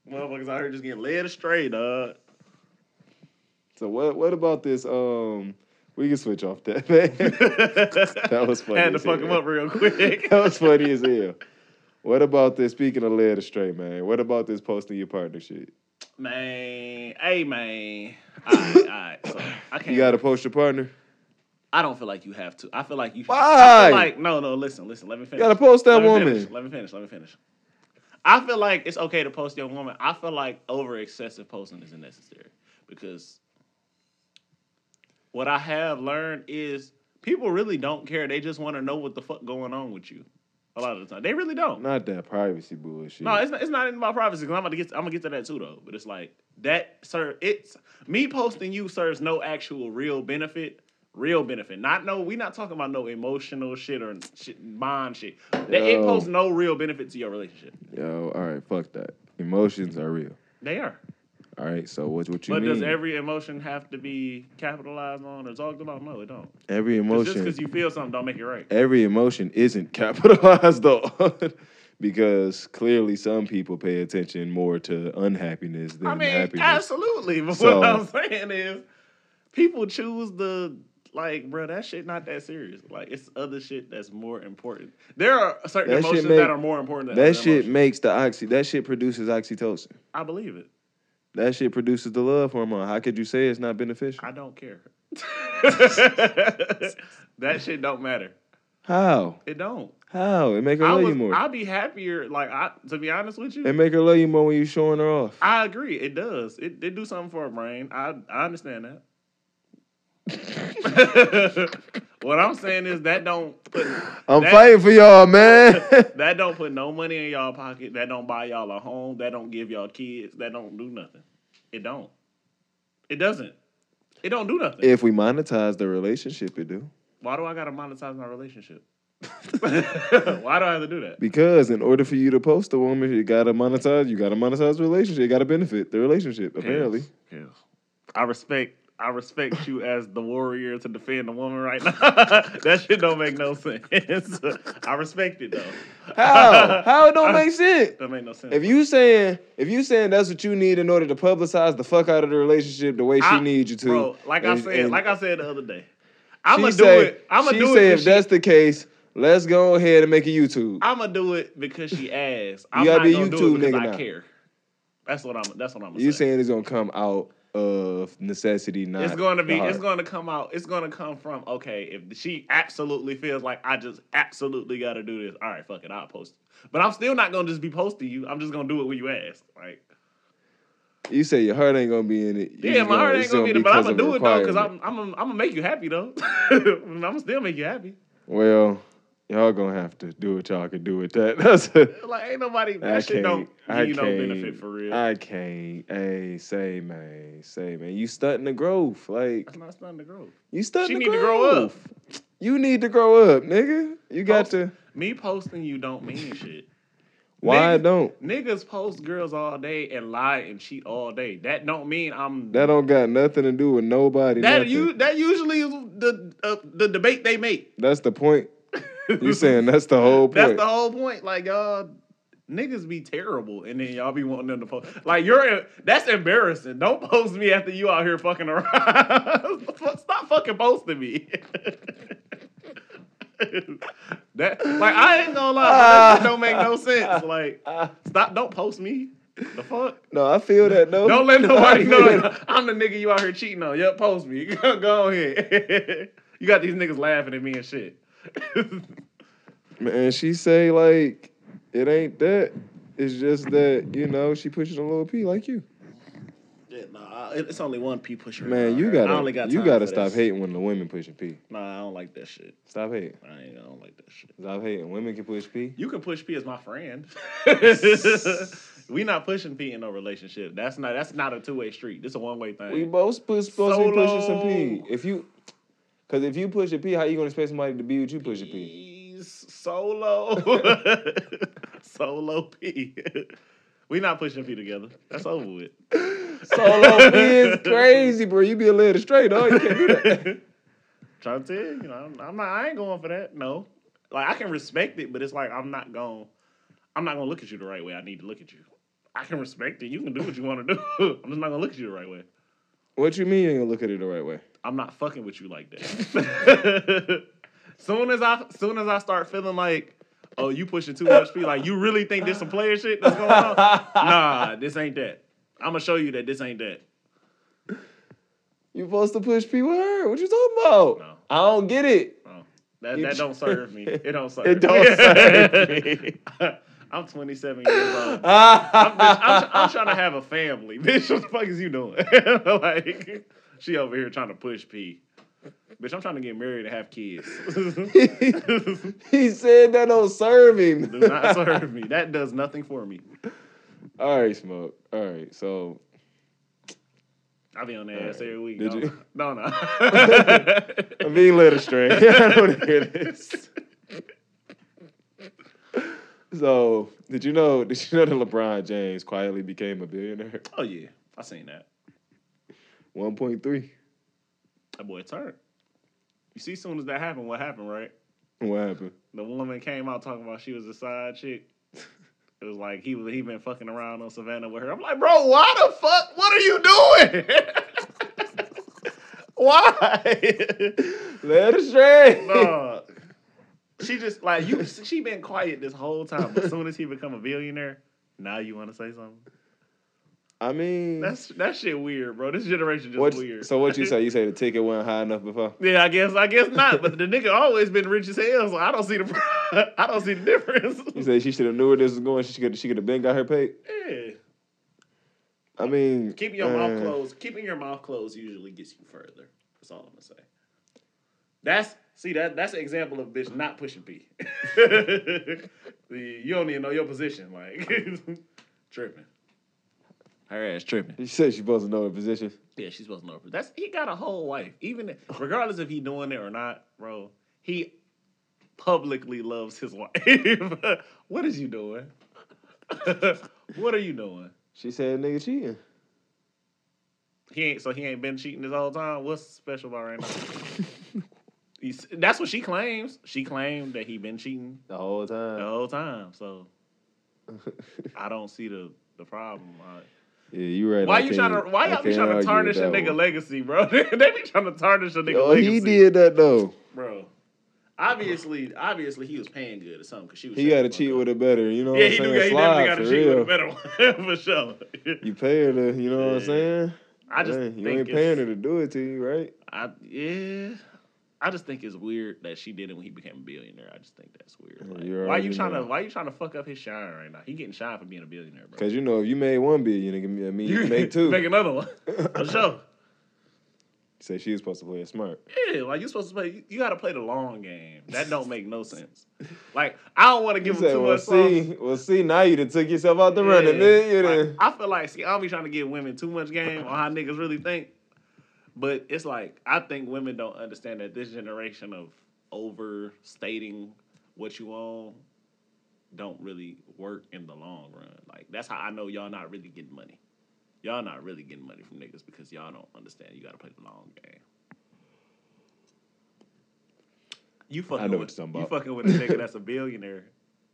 Motherfuckers out here just getting led astray, dog. [laughs] [laughs] so what? What about this? Um, we can switch off that [laughs] [laughs] man. that was funny Had to as fuck him hell. up real [laughs] quick. that was funny as hell. What about this? Speaking of led astray, man. What about this posting your partner shit? man, hey man. Alright, alright. So I can't You got to post your partner. I don't feel like you have to. I feel like you. I Why? feel like no, no. Listen, listen. Let me You finish. got to post that let me woman. Finish, let me finish. Let me finish. I feel like it's okay to post your woman. I feel like over excessive posting isn't necessary because what I have learned is people really don't care. They just want to know what the fuck going on with you. A lot of the time, they really don't. Not that privacy bullshit. No, it's not, it's not in my privacy. i I'm about to get I'm gonna get to that too though. But it's like that sir, it's me posting you serves no actual real benefit. Real benefit. Not no, we not talking about no emotional shit or shit, bond shit. That it Yo. posts no real benefit to your relationship. Yo, all right, fuck that. Emotions are real. They are. All right, so what what you but mean? does every emotion have to be capitalized on or talked about? No, it don't. 'Cause Every Just emotion, because you feel something don't make it right. every emotion isn't [laughs] capitalized on, [laughs] because clearly some people pay attention more to unhappiness than I mean, happiness. absolutely. [laughs] But So- what I'm saying is, people choose the like, bro. That shit not that serious. Like, it's other shit that's more important. There are certain That shit emotions make- that are more important than that other shit emotions. makes the oxy. That shit produces oxytocin. I believe it. That shit produces the love hormone. How could you say it's not beneficial? I don't [laughs] care. that shit don't matter. How? It don't. How? It make her I love was. you more. I'd be happier. Like, I to be honest with you, it make her love you more when you showing her off. I agree. It does. It, it do something for a brain. I I understand [laughs] that. [laughs] what I'm saying is that don't put I'm that- fighting for [laughs] y'all, man. that don't put no money in y'all pocket. That don't buy y'all a home. That don't give y'all kids. That don't do nothing. It don't. It doesn't. It don't do nothing. if we monetize the relationship, it do. Why do I gotta monetize my [laughs] relationship? Why do I have to do that? Because in order for you to post a woman, you gotta monetize. You gotta monetize the relationship. You gotta benefit the [laughs] relationship. Apparently, Yes, yes. I respect. I respect you as the warrior to defend the woman right now. [laughs] that shit don't make no sense. I respect it though. [laughs] how? How it don't make sense? That make no sense. If you saying if you saying that's what you need in order to publicize the fuck out of the relationship the way she I- needs you to, bro, like I and- said, and like I said the other day, I'm gonna she do say- it. I'm gonna she do say it. if that's the case, let's go ahead and make a YouTube. I'm gonna do it because she asked. I'm gotta not be gonna do YouTube it because nigga I now. care. That's what I'm. That's what I'm. Gonna you say. saying it's gonna come out of necessity? Not It's going to be. the heart. It's going to come out. It's going to come from. Okay, if she absolutely feels like I just absolutely got to do this. All right, fuck it, I'll post. it. But I'm still not going to just be posting you. I'm just going to do it when you ask. Like, You say your heart ain't gonna be in it. You yeah, just my heart it's ain't going to be. there, But I'm because going of to do it though because requirement. I'm. I'm. I'm gonna make you happy though. [laughs] I'm gonna still make you happy. Well, y'all gonna have to do what y'all can do with that. [laughs] That's a, Like, ain't nobody. That I shit can't. don't I give you no can't- benefit for real. I can't. Hey, say man, say man, you stunting the growth. Like That's not starting to grow. you stunting. She the need to grow up. Oh, growth. You need to grow up, nigga. You got Post- to. Me posting you don't mean shit. Why nigga. don't? Niggas post girls all day and lie and cheat all day. That don't mean I'm That don't got nothing to do with nobody. That nothing. you that usually is the uh, the debate they make. That's the point. You saying that's the [laughs] whole That's point. the whole point. Like y'all, Niggas be terrible, and then y'all be wanting them to post. Like you're that's embarrassing. Don't post me after you out here fucking around. [laughs] Stop fucking posting me. [laughs] that like I ain't gonna lie, that shit don't make no sense. Like stop, don't post me. The fuck? No, I feel that though. Don't let nobody I know [laughs] feel that I'm the nigga you out here cheating on. Yep, post me. [laughs] Go ahead. [laughs] you got these niggas laughing at me and shit. [laughs] Man, she say like it ain't that. It's just that you know she pushing a little p like you. Yeah, nah, I- it's only one P pusher. Man, you I gotta only got you time gotta for stop this. hating when the women pushing p. Nah, I don't like that shit. Stop hating. I, ain't, I don't like that shit. Stop hating. Women can push p. You can push P as my [laughs] friend. we not pushing P in no relationship. That's not that's not a two way street. This a one way thing. We both supposed, supposed to be pushing some p. Solo. If you, cause if you push a p, how you gonna expect somebody to be with you push a p? He's [laughs] Solo. Solo P. [laughs] we not pushing P together. That's over with. Solo p is [laughs] crazy, bro. You be a little straight, dog. You can't do that. [laughs] Trying to tell you, you know, I'm, I'm not. I ain't going for that. No, like I can respect it, but it's like I'm not going. I'm not gonna look at you the right way. I need to look at you. I can respect it. You can do what you want to do. [laughs] I'm just not gonna look at you the right way. What you mean you ain't gonna look at it the right [laughs] way? I'm not fucking with you like that. [laughs] soon as I, soon as I start feeling like, oh, you pushing too much speed. Like you really think this some player shit that's going on? [laughs] nah, this ain't that. I'm gonna show you that this ain't that. You supposed to push p with her? What you talking about? No. I don't get it. Oh, that, You that ch- don't serve me. It [laughs] don't serve. It don't serve [laughs] me. I'm 27 years old. Bitch, I'm, I'm, I'm trying to have a family, [laughs] bitch. What the fuck is you doing? [laughs] like, she over here trying to push P. Bitch, I'm trying to get married and have kids. [laughs] Do [laughs] he said that don't serve him. not serve me. That does nothing for me. [laughs] All right, smoke. All right, so I be on their ass every week. Did no, you? No, no. [laughs] I'm being led astray. [laughs] I don't wanna hear this. So, did you know? Did you know that LeBron James quietly became a billionaire? [laughs] oh yeah, I seen that. One point three. That boy turned. You see, soon as that happened, what happened, right? What happened? the woman came out talking about she was a side chick. It was like he was he been fucking around on Savannah with her. I'm like, bro, why the fuck? What are you doing? [laughs] why? [laughs] Led astray. no. She just like you. She been quiet this whole time. But as soon as he become a billionaire, now you want to say something? [laughs] I mean, That's that shit weird, bro. This generation just what, weird. so what you say? You say the ticket wasn't high enough before? [laughs] Yeah, I guess I guess not. But the nigga always been rich as hell, so I don't see the [laughs] pro- I don't see the difference. You say she should have knew where this was going. She could. She could have been got her paid. Yeah. I mean, Keeping your uh, mouth closed. Keeping your mouth closed usually gets you further. That's all I'm gonna say. That's see that that's an example of bitch not pushing P. [laughs] The- you don't even know your position, like [laughs] tripping. Her ass tripping. You said she supposed to know her position. Yeah, she's supposed to know. Her. That's he got a whole wife. Even if- regardless if he doing it or not, bro, he publicly loves his [laughs] wife. what is you doing? [laughs] what are you doing? She said, "Nigga, cheating." He ain't so he ain't been cheating this whole time. What's special about [laughs] right now? He's- that's what she claims. She claimed that he been cheating The whole the time. whole time. [laughs] So I don't see the the problem. I- Yeah, you right. why I you can't- trying to Why I y'all be can't trying argue to with tarnish a that nigga one. legacy, bro? [laughs] they be trying to tarnish a nigga Yo, legacy, he did that though. bro. Obviously, obviously he was paying good or something because she was. He got to cheat with a better. You know Yeah, what he I'm do. saying? He Slide, definitely got to for cheat with a real. better [laughs] one for sure. You pay her to, you know what I'm Yeah. saying? I just Man, think you ain't it's- paying her to do it to you, right? I yeah. I just think it's weird that she did it when he became a billionaire. I just think that's weird. Yeah, Like, you why you already trying know. to Why you trying to fuck up his shine right now? He getting shine for being a billionaire, bro. Because [laughs] you know, if you made one billion, it can- I mean, you can make two. make another [laughs] one. For sure. Say she was supposed to play it smart. Yeah, like you supposed to play. You, you got to play the long game. That don't make no sense. Like I don't want to You give him said, too well, much. sauce. see, well, see, now you done took yourself out the Yeah. running, man. You Like, done- I feel like see, I don't be trying to give women too much game on how niggas really think, but it's like I think women don't understand that this generation of overstating what you own don't really work in the long run. Like that's how I know y'all not really getting money. Y'all not really getting money from niggas because y'all don't understand. You gotta play the long game. You fucking know what with, you're talking you about. [laughs] fucking with a nigga that's a billionaire,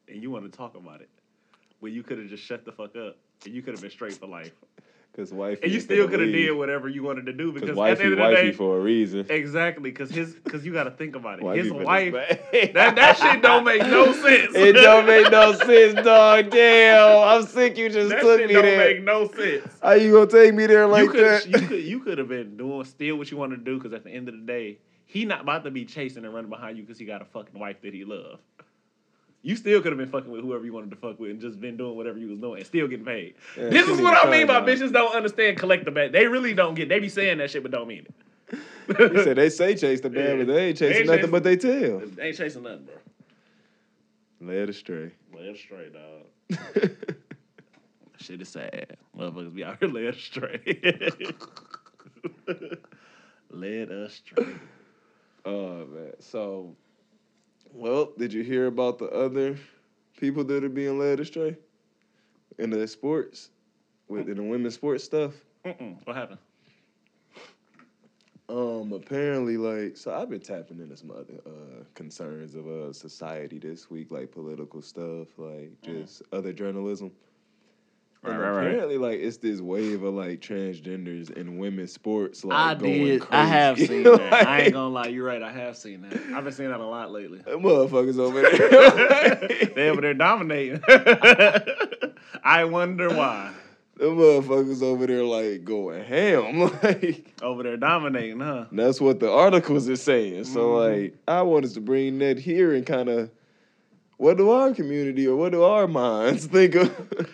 and you want to talk about it. where you could have just shut the fuck up and you could have been straight for life. Because wifey. And you for still the could have league. did whatever you wanted to do because Because at the wifey, end of the wifey day, for a reason. [laughs] exactly because his because you got to think about it. Wifey his for the [laughs] wife. bag. That that shit don't [laughs] make no sense. It don't make [laughs] no sense, dog. Damn, I'm sick. You just that took shit me don't there. make no [laughs] sense. How you gonna take me there like you could that? you could you could have been doing still what you wanted to do because at the end of the day, he not about to be chasing and running behind you because he got a fucking wife that he love. You still could have been fucking with whoever you wanted to fuck with and just been doing whatever you was doing and still getting paid. Yeah, this she is need what to I calm mean by down. bitches don't understand collect the bag. They really don't get. They be saying that shit but don't mean You it. said they say chase the bag, but they ain't They ain't chasing nothing chasing- but they tail. [laughs] They ain't chasing nothing, bro. Led astray. [laughs] Lay it straight, dog. Shit is sad. Motherfuckers be out here [laughs] led straight. led us straight. Oh man. So Well, did you hear about the other people that are being led astray in the sports, with in the women's sports stuff? Mm-mm. What happened? Um, apparently, like, so I've been tapping into some other uh, concerns of uh, society this week, like political stuff, like just other journalism. Right, and Mm-hmm. right, right. apparently, like, it's this wave of like transgenders in women's sports, like, I going did. Crazy. I [laughs] have seen that. I ain't Like, gonna lie. You're right. I have seen that. I've been seeing that a lot [laughs] lately. Motherfuckers [laughs] over there. they over there dominating. [laughs] I wonder why. The motherfuckers over there like going ham. [laughs] Like Over there dominating, huh? and that's what the articles are saying. So Mhm. like I want us to bring that here and kind of what do our community or what do our minds [laughs] think of?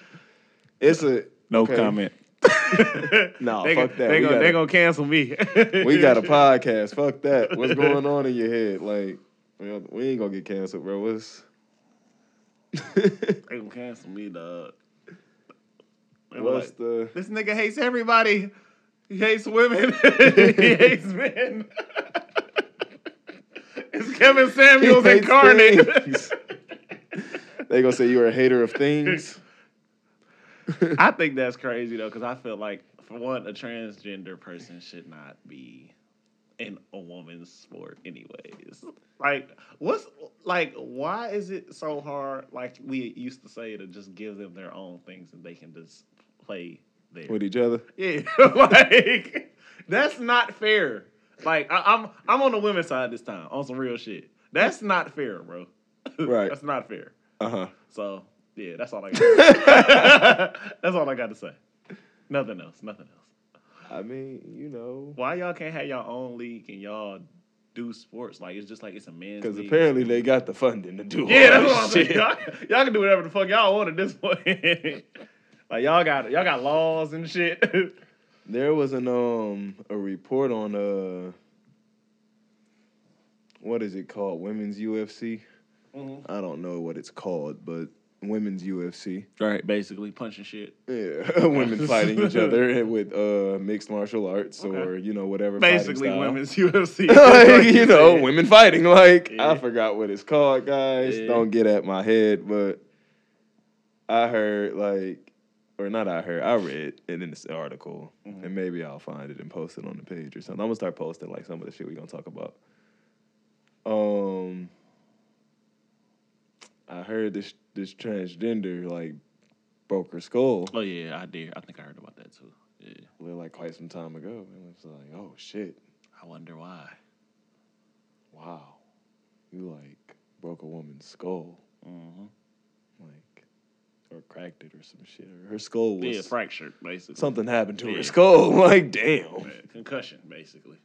it's a No Okay. comment. [laughs] [laughs] Nah, they, fuck gon- that. They gonna, they We gotta- gonna cancel me. [laughs] we got a podcast. Fuck that. What's going on in your head? Like we don't- we ain't gonna get canceled, bro. What's [laughs] They gonna cancel me, dog. They were what's like, the this nigga hates everybody. He hates women. [laughs] he hates men. [laughs] it's Kevin Samuels He hates incarnate. things. they gonna say you're a hater [laughs] of things? [laughs] I think that's crazy though, because I feel like for one, a transgender person should not be in a woman's sport, anyways. Like, what's like? Why is it so hard? Like we used to say to just give them their own things and they can just play there. With each other. Yeah, [laughs] like that's not fair. Like I, I'm I'm on the women's side this time on some real shit. That's not fair, bro. [laughs] Right. that's not fair. Uh-huh. So yeah, that's all I got. that's all I got to say. [laughs] Nothing else. Nothing else. I mean, you know. Why y'all can't have y'all own league and y'all do sports? Like it's just like it's a men's. Because league. [laughs] apparently they got the funding to do yeah, all that's this what I'm shit. saying. Y'all, y'all can do whatever the fuck y'all want at this point. [laughs] like y'all got y'all got laws and shit. [laughs] There was an um a report on uh what is it called? Women's UFC. Mhm. I don't know what it's called, but women's UFC. Right, basically punching shit. Yeah, [laughs] women fighting each [laughs] other and with uh mixed martial arts or Okay. you know whatever. fighting Basically, style. women's [laughs] UFC. [laughs] like, you know, women fighting. Like Yeah. I forgot what it's called, guys. Yeah. Don't get at my head, but I heard like, or not. I heard. I read it in this article, Mhm. and maybe I'll find it and post it on the page or something. I'm gonna start posting like some of the shit we're gonna talk about. Um, I heard this this transgender like broke her skull Oh yeah, I did. I think I heard about that too. Yeah, like quite some time ago, and it's like, oh shit. I wonder why. wow, you like broke a woman's skull, Mm-hmm. like, or cracked it or some shit. Or her skull was Yeah, fractured basically. something happened to Yeah. her skull. [laughs] Like, damn. Yeah, Concussion, basically.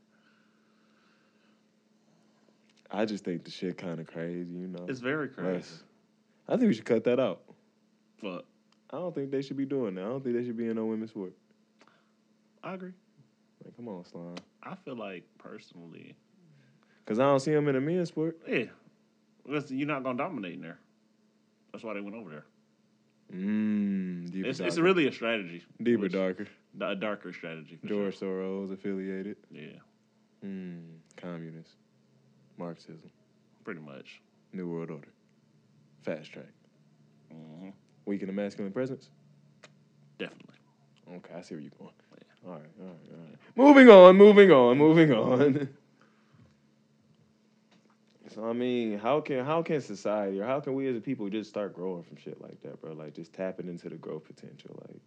I just think the shit kind of crazy, you know. It's very crazy. Less. I think we should cut that out. But I don't think they should be doing that. I don't think they should be in no women's sport. I agree. Like, come on, slime. I feel like personally, Cause I don't see them in a men's sport. yeah. Listen, you're not gonna dominate in there. That's why they went over there. Mmm, deeper It's, darker. it's really a strategy. deeper which- darker. A darker strategy. for sure. George Soros affiliated. Yeah, Mmm, communist, Marxism, pretty much. New World Order, fast track. hmm Weaken the masculine presence. Definitely. Okay, I see where you're going. All right, all right, all right. Moving on, moving on, moving on. [laughs] So I mean, how can how can society or how can we as a people just start growing from shit like that, bro? Like just tapping into the growth potential, like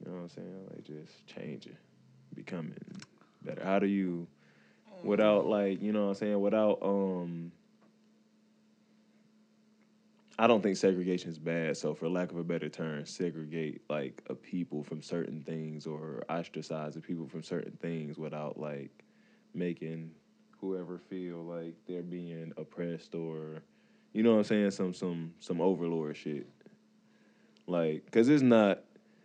you know what I'm saying? Like just changing, becoming better. How do you without like, you know what I'm saying, without um I don't think segregation is bad, so for lack of a better term, segregate like a people from certain things or ostracize the people from certain things without like making whoever feel like they're being oppressed or you know what I'm saying some some some overlord shit like cuz it's not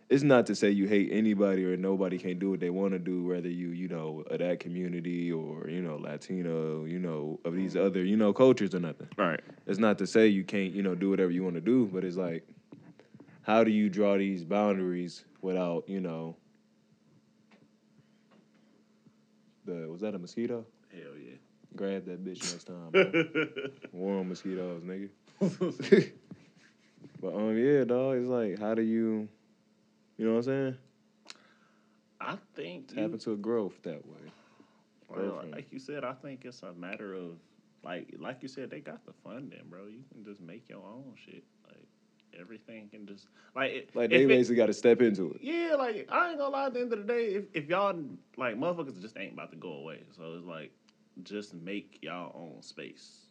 it's not to say you hate anybody or nobody can do what they want to do whether you you know of that community or you know Latino you know of these other you know cultures or nothing Right. it's not to say you can't, you know, do whatever you want to do, but it's like, how do you draw these boundaries without, you know, the was that a mosquito? Hell yeah. [laughs] Grab that bitch next time. Bro. Warm mosquitoes, nigga. But um, yeah, dog. It's like, how do you, you know what I'm saying? I think Tap you, into growth that way. well, girlfriend. like you said, I think it's a matter of like like you said, they got the funding, bro. You can just make your own shit. Like everything can just like it, if Like they it- basically got to step into it. Yeah, like I ain't gonna lie. At the end of the day, if, if y'all like motherfuckers just ain't about to go away, so it's like just make y'all own space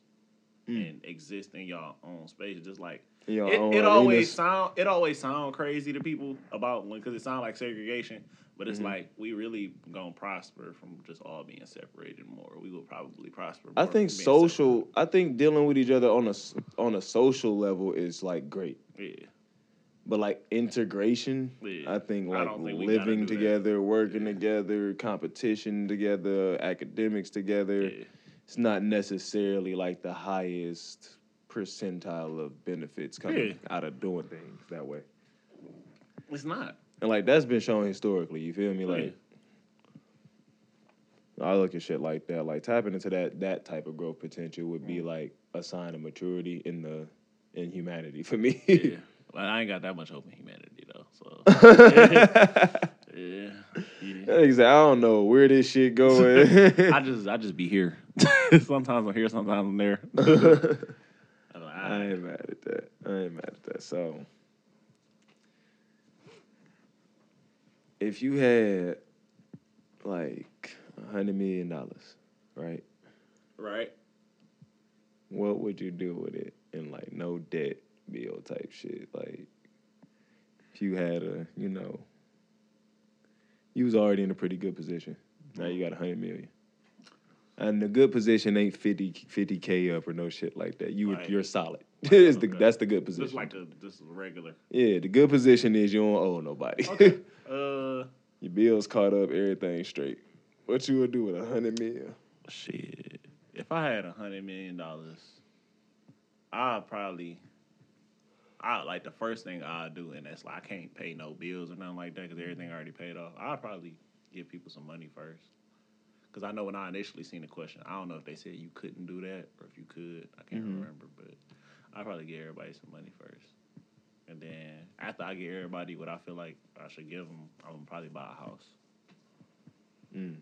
Mm. and exist in y'all own space. Just like in your it, own it always arenas. sound it always sound crazy to people about when because it sound like segregation, but it's Mhm. like we really gonna prosper from just all being separated more. We will probably prosper. I more think from being social. I think dealing with each other on a s- on a social level is like great, separated. but like integration, Yeah, I think I like don't think we gotta living do that. together, working Yeah. together, competition together, academics together. yeah, yeah. It's not necessarily like the highest percentile of benefits coming Yeah. out of doing things that way, It's [laughs] not. and like that's been shown historically. You feel me? Yeah. Like. I look at shit like that. Like tapping into that that type of growth potential would Mm. be like a sign of maturity in the in humanity for me. Yeah. Like, I ain't got that much hope in humanity though. [laughs] So yeah, yeah. Exactly. I don't know where this [laughs] shit going. [laughs] I just I just be here. [laughs] sometimes I'm here, sometimes I'm [laughs] there. I'm like, I "Alright." ain't mad at that. I ain't mad at that. So, if you had like a hundred million dollars, right? right. what would you do with it and like no debt bill type shit like if you had a you know you was already in a pretty good position now you got a hundred million and the good position ain't 50 k up or no shit like that [laughs] you Right. you're solid It's the, Okay. that's the good position Just like a just regular. yeah the good position is you don't owe nobody Okay. uh, [laughs] your bills caught up everything straight what you would do with a hundred million shit. If I had a hundred million dollars, I'd probably. I like the first thing I do, and that's like I can't pay no bills or nothing like that because everything already paid off. I'd probably give people some money first, because I know when I initially seen the question, I don't know if they said you couldn't do that or if you could. I can't Mhm. remember, but I'd probably give everybody some money first, and then after I get everybody what I feel like I should give them, I'm gonna probably buy a house. Mm.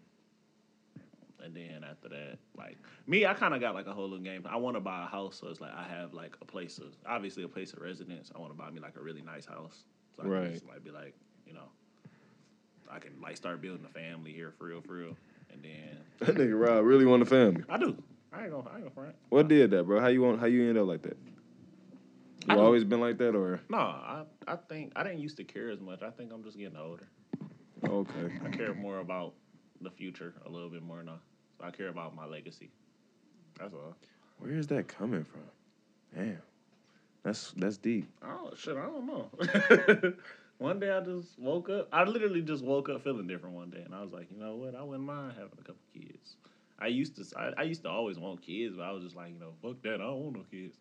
And then after that, like me, I kind of got like a whole little game. I want to buy a house, so it's like I have like a place of obviously a place of residence. I want to buy me like a really nice house, so I Right. can just like be like, you know, I can like start building a family here for real, for real. And then that nigga Rob really want a family I do. I ain't gonna, I ain't gonna front. What did that, bro? How you want? How you end up like that? I You don't- always been like that, or No, I I think I didn't used to care as much. I think I'm just getting older. okay? I care more about the future a little bit more now. So I care about my legacy. That's all. Where is that coming from? Damn, that's that's deep. Oh shit, I don't know. [laughs] one day I just woke up. I literally just woke up feeling different one day, and I was like, you know what? I wouldn't mind having a couple kids. I used to, I, I used to always want kids, but I was just like, you know, fuck that. I don't want no kids.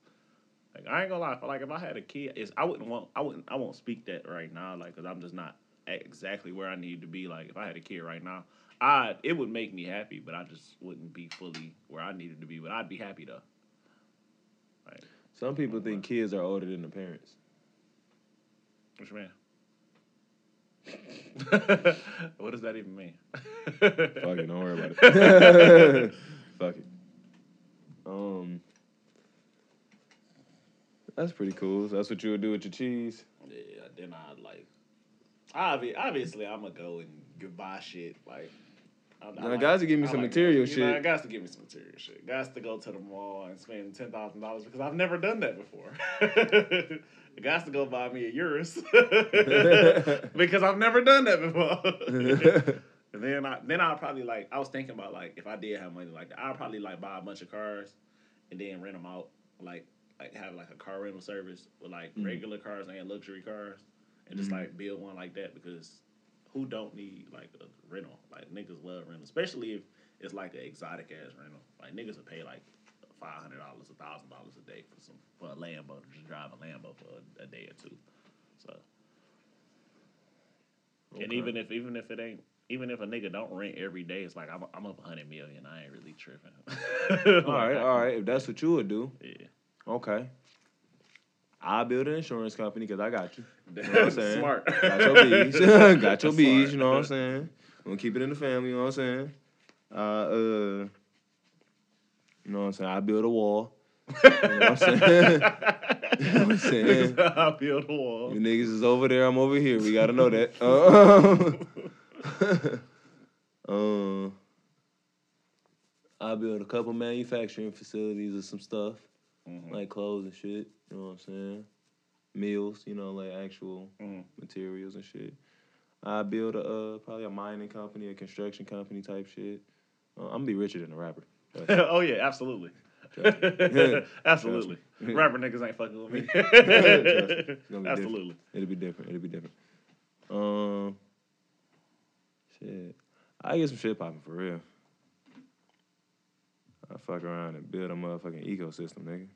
Like I ain't gonna lie, like if I had a kid, is I wouldn't want, I wouldn't, I won't speak that right now, like because I'm just not exactly where I need to be. Like if I had a kid right now, I it would make me happy, but I just wouldn't be fully where I needed to be. But I'd be happy though. Like, Some people think kids are older than the parents. Which man? [laughs] what does that even mean? [laughs] [laughs] Fuck it, don't worry about it. Fuck it. Um, that's pretty cool. So that's what you would do with your [laughs] cheese. Yeah, then I'd like. Obvi- obviously, I'm gonna go and give- buy shit. Like, I'm, Now, guys, to give me some material You know, I shit. got to give me some material shit. Guys to go to the mall and spend ten thousand dollars because I've never done that before. [laughs] Guys to go buy me a [laughs] Urus [laughs] because I've never done that before. [laughs] and then I then I'll probably like I was thinking about like if I did have money like that, I'd probably like buy a bunch of cars and then rent them out like like have like a car rental service with like Mhm. regular cars and luxury cars and just Mhm. like build one like that because who don't need like a rental like niggas love rental especially if it's like an exotic ass rental like niggas would pay like five hundred dollars a thousand dollars a day for some for a Lambo to just drive a Lambo for a, a day or two so and Okay. even if even if it ain't even if a nigga don't rent every day, it's like I'm I'm up hundred million. I ain't really tripping. [laughs] all right, all right. If that's what you would do, Yeah. okay. I build an insurance company because I got you. That's what I'm saying? smart. Got your [laughs] bees. [laughs] got your Smart. bees, you know what [laughs] I'm saying? I'm gonna keep it in the family, you know what I'm saying? Uh uh you know what I'm saying? I build a wall. You know what I'm saying? [laughs] You know what I'm saying? [laughs] Niggas, I build a wall. You niggas is over there, I'm over here. We gotta know [laughs] that. Uh, um, I build a couple manufacturing facilities or some stuff, Mhm, like clothes and shit. You know what I'm saying? Meals, you know, like actual mhm. materials and shit. I build a uh, probably a mining company, a construction company type shit. Uh, I'm gonna be richer than a rapper. [laughs] oh yeah, absolutely. Trust me. [laughs] absolutely. Trust me. Rapper niggas ain't fucking with me. [laughs] Trust me. It's gonna be absolutely. It'll be different. It'll be different. Um, shit, I get some shit popping for real. I fuck around and build a motherfucking ecosystem,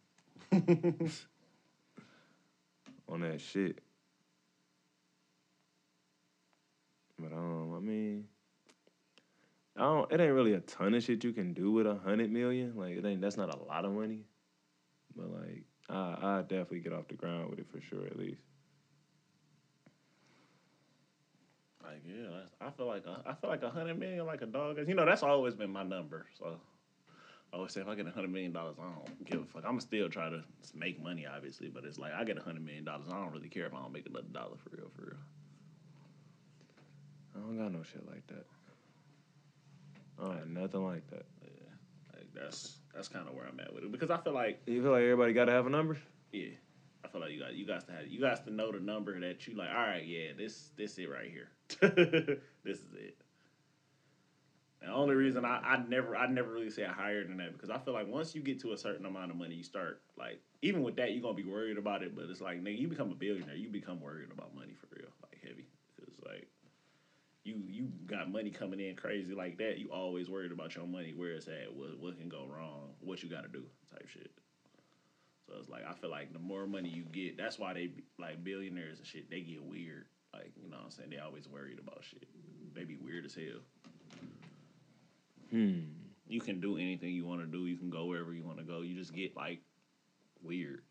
nigga. On that shit. But um, I mean, I don't. It ain't really a ton of shit you can do with a hundred million. Like it ain't. That's not a lot of money. But like, I I definitely get off the ground with it for sure at least. Like yeah, that's- I feel like a, I feel like a hundred million, like a dog. You know, that's always been my number. So I always say if I get a hundred million dollars, I don't give a fuck. I'm still trying to s- make money, obviously, but it's like I get a hundred million dollars, I don't really care if I don't make another dollar for real, for real. I don't got no shit like that. I don't got nothing like that. Like that's that's kind of where I'm at with it because I feel like You feel like everybody got to have a number? yeah, I feel like you got you guys to have you guys to know the number that you like. All right, yeah, this this it right here. [laughs] this is it. The only reason I, I never I never really say higher than that because I feel like once you get to a certain amount of money, you start like even with that you're gonna be worried about it. But it's like nigga, you become a billionaire, you become worried about money for real, like heavy. Because like you you got money coming in crazy like that, you always worried about your money, where it's at, what what can go wrong, what you gotta do, type shit. So it's like I feel like the more money you get, that's why they be- like billionaires and shit. They get weird, like you know what I'm saying. They always worried about shit. They be weird as hell. Hmm. You can do anything you want to do. You can go wherever you want to go. You just get like weird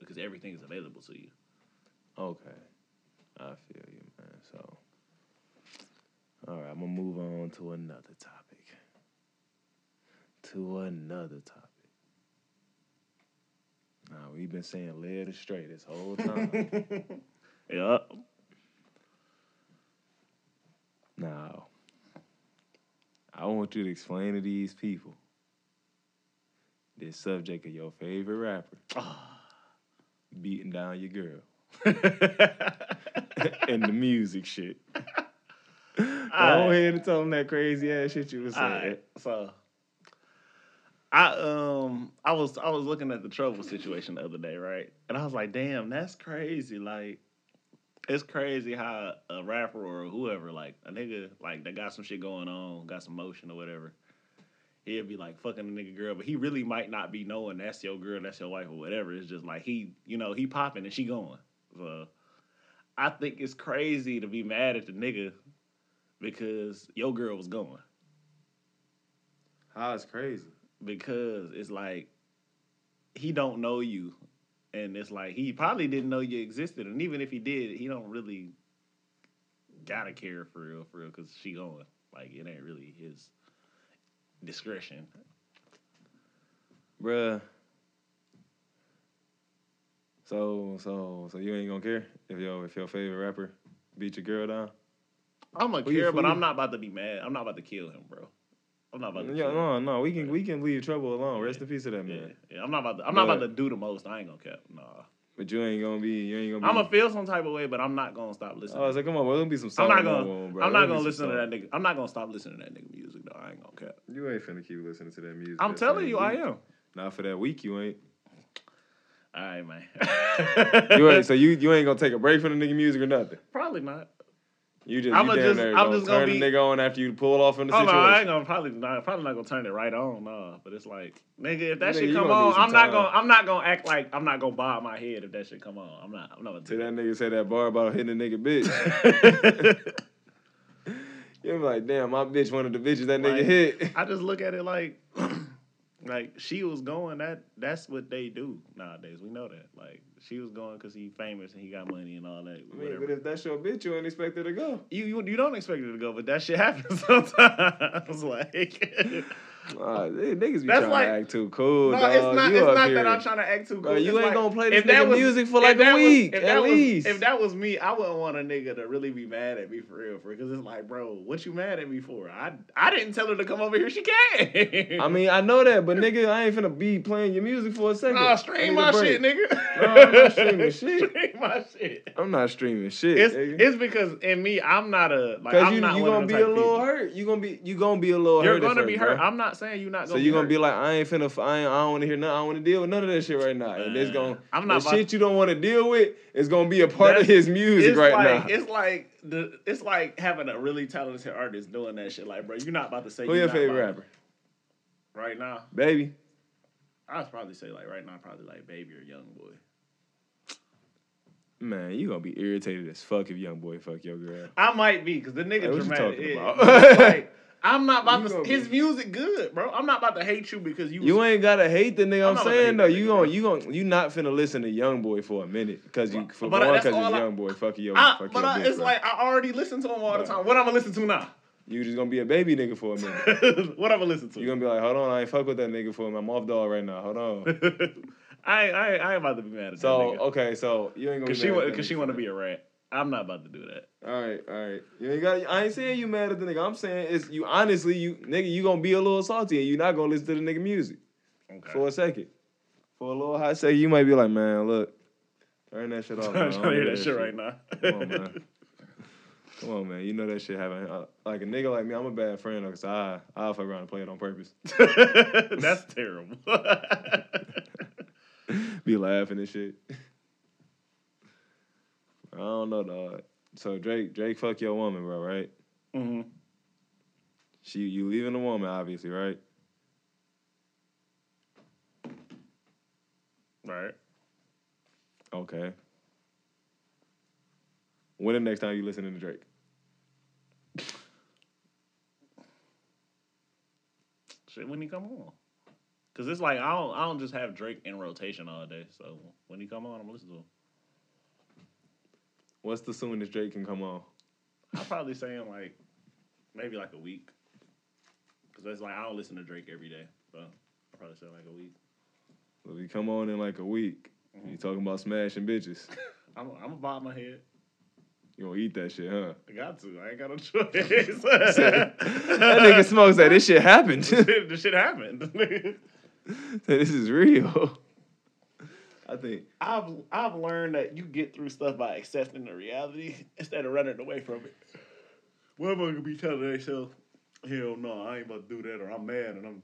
because everything is available to you. Okay. I feel you, man. So, all right, I'm going to move on to another topic. To another topic. Now, we've been saying lead is straight this whole time. Yeah. now, I want you to explain to these people this subject of your favorite rapper. [laughs] beating down your girl and the music shit. Go Alright. ahead and tell them that crazy ass shit you was saying. Alright, So I um I was I was looking at the trouble situation the other day, right? And I was like, damn, that's crazy. Like it's crazy how a rapper or whoever, like a nigga, like that got some shit going on, got some motion or whatever. He'll be like fucking a nigga girl, but he really might not be knowing that's your girl, that's your wife or whatever. It's just like he, you know, he popping and she going. So I think it's crazy to be mad at the nigga because your girl was going How it's crazy. because it's like he don't know you and it's like he probably didn't know you existed and even if he did he don't really gotta care for real for real because she going like it ain't really his discretion Bruh. So so so you ain't gonna care if your if your favorite rapper beat your girl down? I'm gonna Who you care, but fooling? I'm not about to be mad. I'm not about to kill him, bro. I'm not about to. Yeah, kill him. no, no, we can we can leave trouble alone. Rest in peace of that Yeah, man. yeah, I'm not about to. I'm not about to But- do the most. I ain't gonna care. Nah, But you ain't gonna be you ain't gonna I'm be gonna feel some type of way, but I'm not gonna stop listening. Oh, it's like come on, bro, there'll be some I'm soul not in that gonna. one, bro. I'm not There'll be gonna some listen to soul. that nigga. I'm not gonna stop listening to that nigga music though. I ain't gonna care. You ain't finna keep listening to that music. I'm that telling same you, I week. am. All Not for that week, you ain't. right, man. [laughs] You ain't. So you you ain't gonna take a break from the nigga music or nothing. probably not. You just I'ma you damn just- near I'm gonna just gonna turn the be- nigga on after you pull off in the Oh no, situation. I ain't gonna probably not. Probably not gonna turn it right on. Nah, but it's like, nigga, if that Nigga, shit you come gonna need on, some I'm not time. gonna. I'm not gonna act like I'm not gonna bob my head if that shit come on. I'm not. I'm not gonna Till do that nigga say that bar about hitting a nigga bitch. [laughs] that. You'll be like, damn, my bitch one of the bitches that nigga Like- hit. [laughs] I just look at it like, [clears throat] like she was going. That that's what they do nowadays. We know that. Like she was going because he famous and he got money and all that. I mean, whatever. but if that's your bitch, you ain't expect her to go. you, you you don't expect it to go, but that shit [laughs] happens sometimes. [laughs] like, Ah, they- niggas be That's trying like- to act too cool. no, dog. it's not. You It's up not here. that I'm trying to act too. Bro, cool. It's you ain't like, gonna play if this that nigga was- music for if like that a was- week, if at that was, least. if that was me, I wouldn't want a nigga to really be mad at me for real, for because it's like, bro, what you mad at me for? I I didn't tell her to come over here. She can. [laughs] I mean, I know that, but nigga, I ain't finna be playing your music for a second. Nah, I Oh, stream need my a break. shit, nigga. Nah, I'm [laughs] not streaming shit. Stream my shit. I'm not streaming shit. It's nigga. it's because in me, I'm not a like Cause I'm you not you one gonna of be the a type little people. hurt. You gonna be you gonna be a little You're hurt. at gonna be first, hurt. bruh. I'm not saying you're not. so gonna you be gonna be hurt. like, I ain't finna, f- I, ain't, I don't want to hear nothing. I don't want to deal with none of that shit right now. And it's gonna, I'm not the about- shit you don't want to deal with is gonna be a part of That's- his music it's right like now. it's like the it's like having a really talented artist doing that shit. Like, bro, you're not about to say Who you your not favorite about- rapper, right now. baby? I'd probably say like right now, probably like Baby or Young Boy. Man, you gonna be irritated as fuck if young boy fuck your girl. I might be because the nigga Hey, what you dramatic. talking Yeah. about? Like, [laughs] I'm not about You to. gonna His be- music good, bro. I'm not about to hate you because you. You was- ain't gotta hate the nigga. I'm I'm, not about to hate saying though, that you nigga, gonna bro. you gonna you not finna listen to young boy for a minute because you for But one I- because that's it's all I- young boy fucking your I, fucking but your I, bitch, it's bruh. like I already listen to him all the Bruh. time. What I'm gonna listen to now? [laughs] you just gonna be a baby nigga for a minute. what I'm gonna listen to? You gonna be like, hold on, I ain't fuck with that nigga for him. I'm off dog right now. [laughs] Hold on. I, ain't- I ain't- I ain't about to be mad at that So nigga. okay, so you ain't gonna Cause be she mad at wa- that cause she nigga want to for be a rat. I'm not about to do that. that. All right, all right. You ain't got. I ain't saying you mad at the nigga. I'm saying it's you. Honestly, you nigga, you gonna be a little salty and you not gonna listen to the nigga music Okay. for a second. For a little hot second, you might be like, man, look, turn that shit off. I'm Man. [laughs] I trying to don't hear need that shit right [laughs] now. Come on, man. Come on, man. You know that shit happen. Uh, Like a nigga like me, I'm a bad friend though, cause I I fuck around and play it on purpose. [laughs] Oh, [laughs] That's terrible. be laughing and shit. [laughs] I don't know, dog. So Drake, Drake, fuck your woman, bro. Right? hmm She, you leaving the woman, obviously, right? Right. Okay. When the next time you listening to Drake? Shit, when he come on. Cause it's like I don't I don't just have Drake in rotation all day. So when he come on, I'm gonna listen to him. What's the soonest Drake can come on? I'm probably saying like maybe like a week. Cause it's like I don't listen to Drake every day. So I probably say like a week. If he come on in like a week, Mm-hmm. you talking about smashing bitches? I'm I'm gonna bob my head. You gonna eat that shit, huh? I got to. I ain't got no [laughs] choice. that [laughs] that [laughs] nigga smokes that. This shit [laughs] happened. shit, this shit happened. [laughs] this is real. I think I've I've learned that you get through stuff by accepting the reality [laughs] instead of running away from it. What am I gonna be telling themselves? Hell no, I ain't about to do that, or I'm mad, and I'm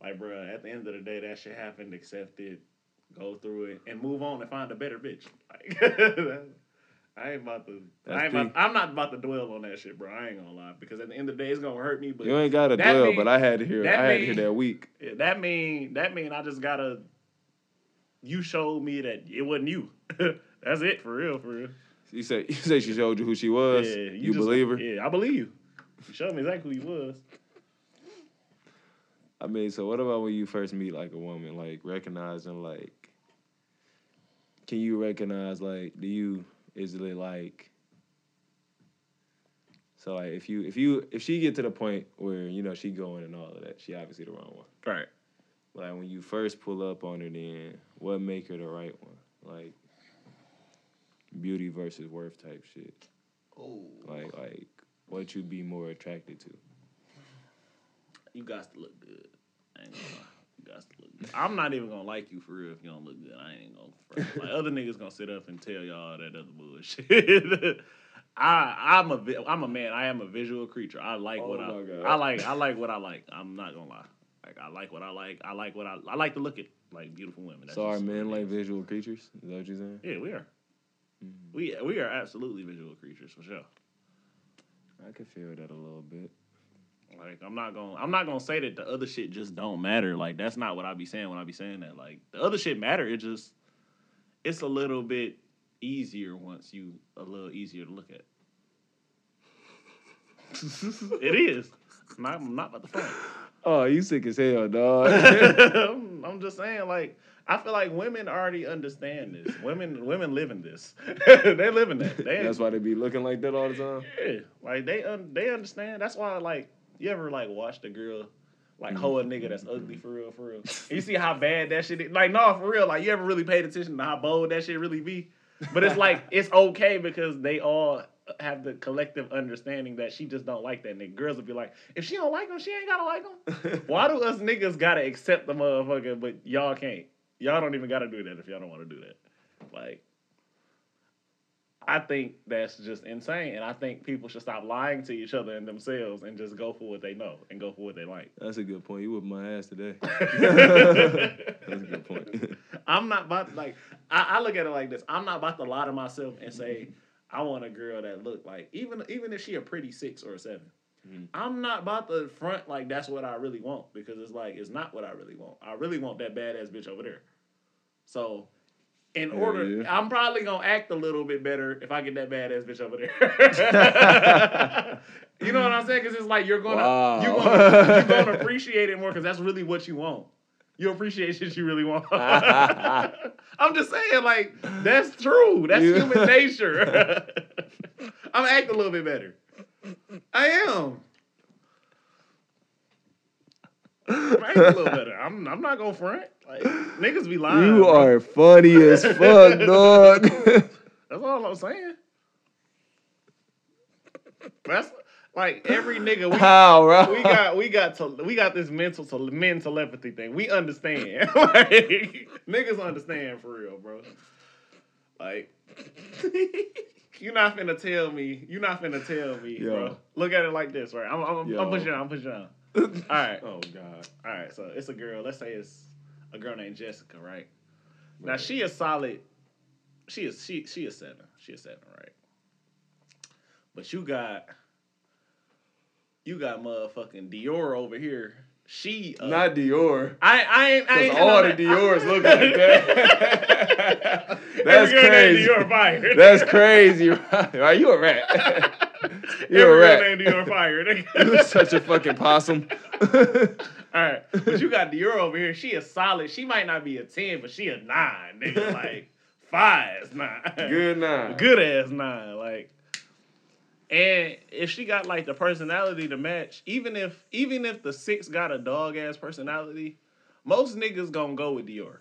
like, bro. At the end of the day, that shit happened. Accept it, go through it, and move on and find a better bitch. [laughs] Like, [laughs] I ain't about to. That's I ain't about, I'm not about to dwell on that shit, bro. I ain't gonna lie because at the end of the day, it's gonna hurt me. But you ain't got to That dwell, mean- but I had to hear. that I had to hear mean- that week. yeah, that mean that mean I just gotta. You showed me that it wasn't you. [laughs] That's it for real, for real. You say you say she showed you who she was. you just- believe her. Yeah, I believe you. You showed me exactly who you was. I mean, so what about when you first meet like a woman, like recognizing like, can you recognize like, do you is it like, so like if you if you if she get to the point where you know she going and all of that, she obviously the wrong one. Right. like when you first pull up on her, then what make her the right one? Like beauty versus worth type shit. Oh, Like like what you be more attracted to. you got to look good. I ain't gonna lie. You got to look good. I'm not even gonna like you for real if you don't look good. I ain't gonna. front. [laughs] Like other niggas gonna sit up and tell y'all that other bullshit. [laughs] I I'm a vi- I'm a man. I am a visual creature. I like what Oh my I God. I like. I like what I like. I'm not gonna lie. Like I like what I like. I like what I I like to look at like beautiful women. That's so are just what men it like is. visual creatures? Is that what you're saying? Yeah, we are. Mhm. We we are absolutely visual creatures for sure. I could feel that a little bit. Like I'm not gonna I'm not gonna say that the other shit just don't matter. Like that's not what I be saying when I be saying that. Like the other shit matter. It just it's a little bit easier once you a little easier to look at. [laughs] it is. I'm not, I'm not about to fight. Oh, you sick as [laughs] hell, dog. I'm, I'm just saying, like, I feel like women already understand this. Women, women live in this. [laughs] they live in that. They, [laughs] That's why they be looking like that all the time. Yeah, like they un- they understand. That's why like you ever like watch the girl like hoe a nigga that's ugly for real for real. You see how bad that shit is. Like no for real. Like you ever really paid attention to how bold that shit really be? But it's like it's okay because they all have the collective understanding that she just don't like that nigga. Girls will be like, if she don't like him, she ain't gotta like him. Why do us niggas gotta accept the motherfucker, but y'all can't? Y'all don't even gotta do that if y'all don't want to do that. Like I think that's just insane, and I think people should stop lying to each other and themselves and just go for what they know and go for what they like. [laughs] That's a good point. You whipped my ass today. [laughs] That's a good [laughs] point. I'm not about like I, I look at it like this. I'm not about to lie to myself and say I want a girl that look like even even if she a pretty six or a 7 i Mhm. I'm not about to front like that's what I really want because it's like it's not what I really want. I really want that badass bitch over there. So in Hell order, yeah. I'm probably gonna act a little bit better if I get that badass bitch [laughs] over there. you know what I'm saying? Because it's like you're gonna Wow. you're gonna, you're gonna appreciate it more because that's really what you want. You appreciate shit you really [laughs] want. I'm just saying, like that's true. That's You- human nature. [laughs] I'm acting a little bit better. I am. I'm acting a little [laughs] better. I'm. I'm not gonna front. Like niggas be lying. You bro. are funny as [laughs] fuck, dog. That's all I'm saying. That's like every nigga we [laughs] How, bro? we [laughs] got we got to, we got this mental to men telepathy thing. We understand. [laughs] like, niggas understand for real, bro. Like [laughs] you're not finna tell me. You're not finna tell me, Yo. bro. Look at it like this, right? I'm I'm, Yo. I'm pushing. down, I'm pushing. down. All right, Oh God. all right. So it's a girl. Let's say it's a girl named Jessica, right? Now she is solid. She is she she is seven. She is seven, right? But you got you got motherfucking Dior over here. She uh, Not Dior. I I ain't I ain't Because all the and I'm not- Dior's [laughs] [laughs] look like that. Every That's girl named crazy. Dior fired. [laughs] That's crazy. Are you a rat? [laughs] Every You're a girl rat. named Dior fired. [laughs] You're such a fucking possum. [laughs] All right, but you got Dior over here. She is solid. She might not be a ten, but she a nine, nigga. Like five is nine. Good night. [laughs] good ass nine. Like, and if she got like the personality to match, even if even if the six got a dog ass personality, most niggas gonna go with Dior.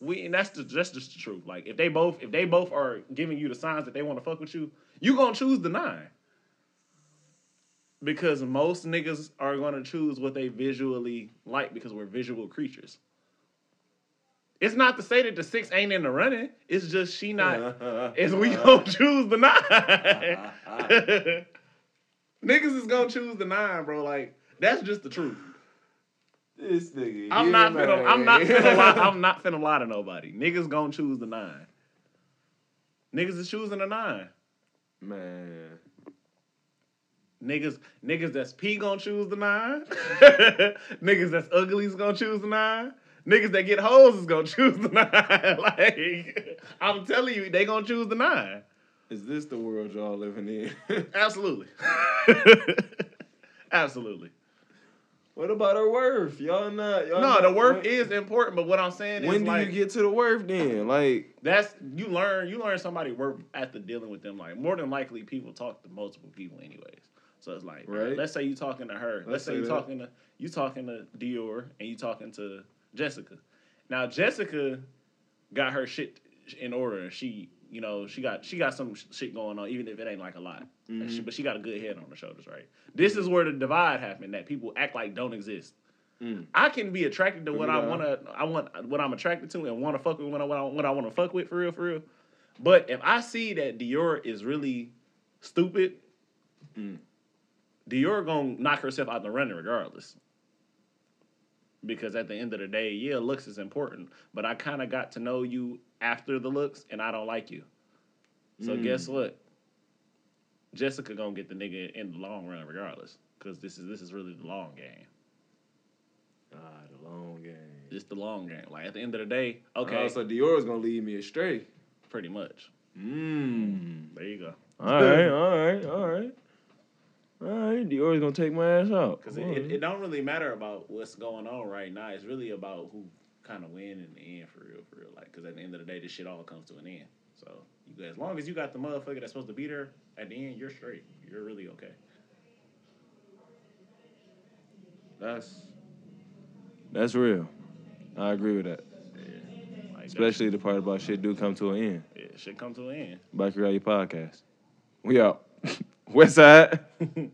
We and that's the that's just the truth. Like if they both if they both are giving you the signs that they want to fuck with you, you gonna choose the nine. Because most niggas are gonna choose what they visually like because we're visual creatures. It's not to say that the six ain't in the running. It's just she not Uh-huh. is we gonna choose the Uh-huh. nine. Niggas is gonna choose the nine, bro. Like that's just the truth. This nigga. I'm here, not finna, I'm not man. finna lie. [laughs] I'm not finna lie to nobody. Niggas gonna choose the nine. Niggas is choosing the nine. Man. Niggas, niggas that's P gonna choose the nine. [laughs] niggas that's ugly is gonna choose the nine. Niggas that get hoes is gonna [laughs] choose the nine. [laughs] like I'm telling you, they gonna choose the nine. Is this the world y'all living in? [laughs] Absolutely. [laughs] Absolutely. what about her worth? Y'all not. Y'all No, not, the worth when- is important, but what I'm saying is When do like you get to the worth then? Like, that's you learn you learn somebody worth after dealing with them. Like more than likely, people talk to multiple people anyways. So it's like, Right. let's say you talking to her. Let's, Let's say, say you that. talking to you talking to Dior and you talking to Jessica. Now Jessica got her shit in order. She, you know, she got she got some sh- shit going on, even if it ain't like a lot. And she- but she got a good head on her shoulders, right? This is where the divide happened that people act like don't exist. Mm. I can be attracted to what I Yeah. want to, I want what I'm attracted to, and want to fuck with what I want, what I want to fuck with for real, for real. But if I see that Dior is really stupid, Dior gonna knock herself out the running regardless. Because at the end of the day, yeah, looks is important, but I kind of got to know you after the looks, and I don't like you. So Mm. guess what? Jessica gonna get the nigga in the long run regardless, because this is this is really the long game. Ah, the long game. It's the long game. Like at the end of the day, okay, Okay. so Dior's gonna lead me astray. pretty much. Mmm. There you go. [laughs] All right, all right, all right. All right, Dior's gonna take my ass out. Because Come it, on. it, it don't really matter about what's going on right now. It's really about who kind of win in the end, for real, for real. Like, because at the end of the day, this shit all comes to an end. So, you, as long as you got the motherfucker that's supposed to be there, at the end, you're straight. You're really okay. That's That's real. I agree with that. Like, Especially the part about shit do come to an end. that shit- yeah, shit come to an end. [laughs] Bike Rally Podcast. We out. West side.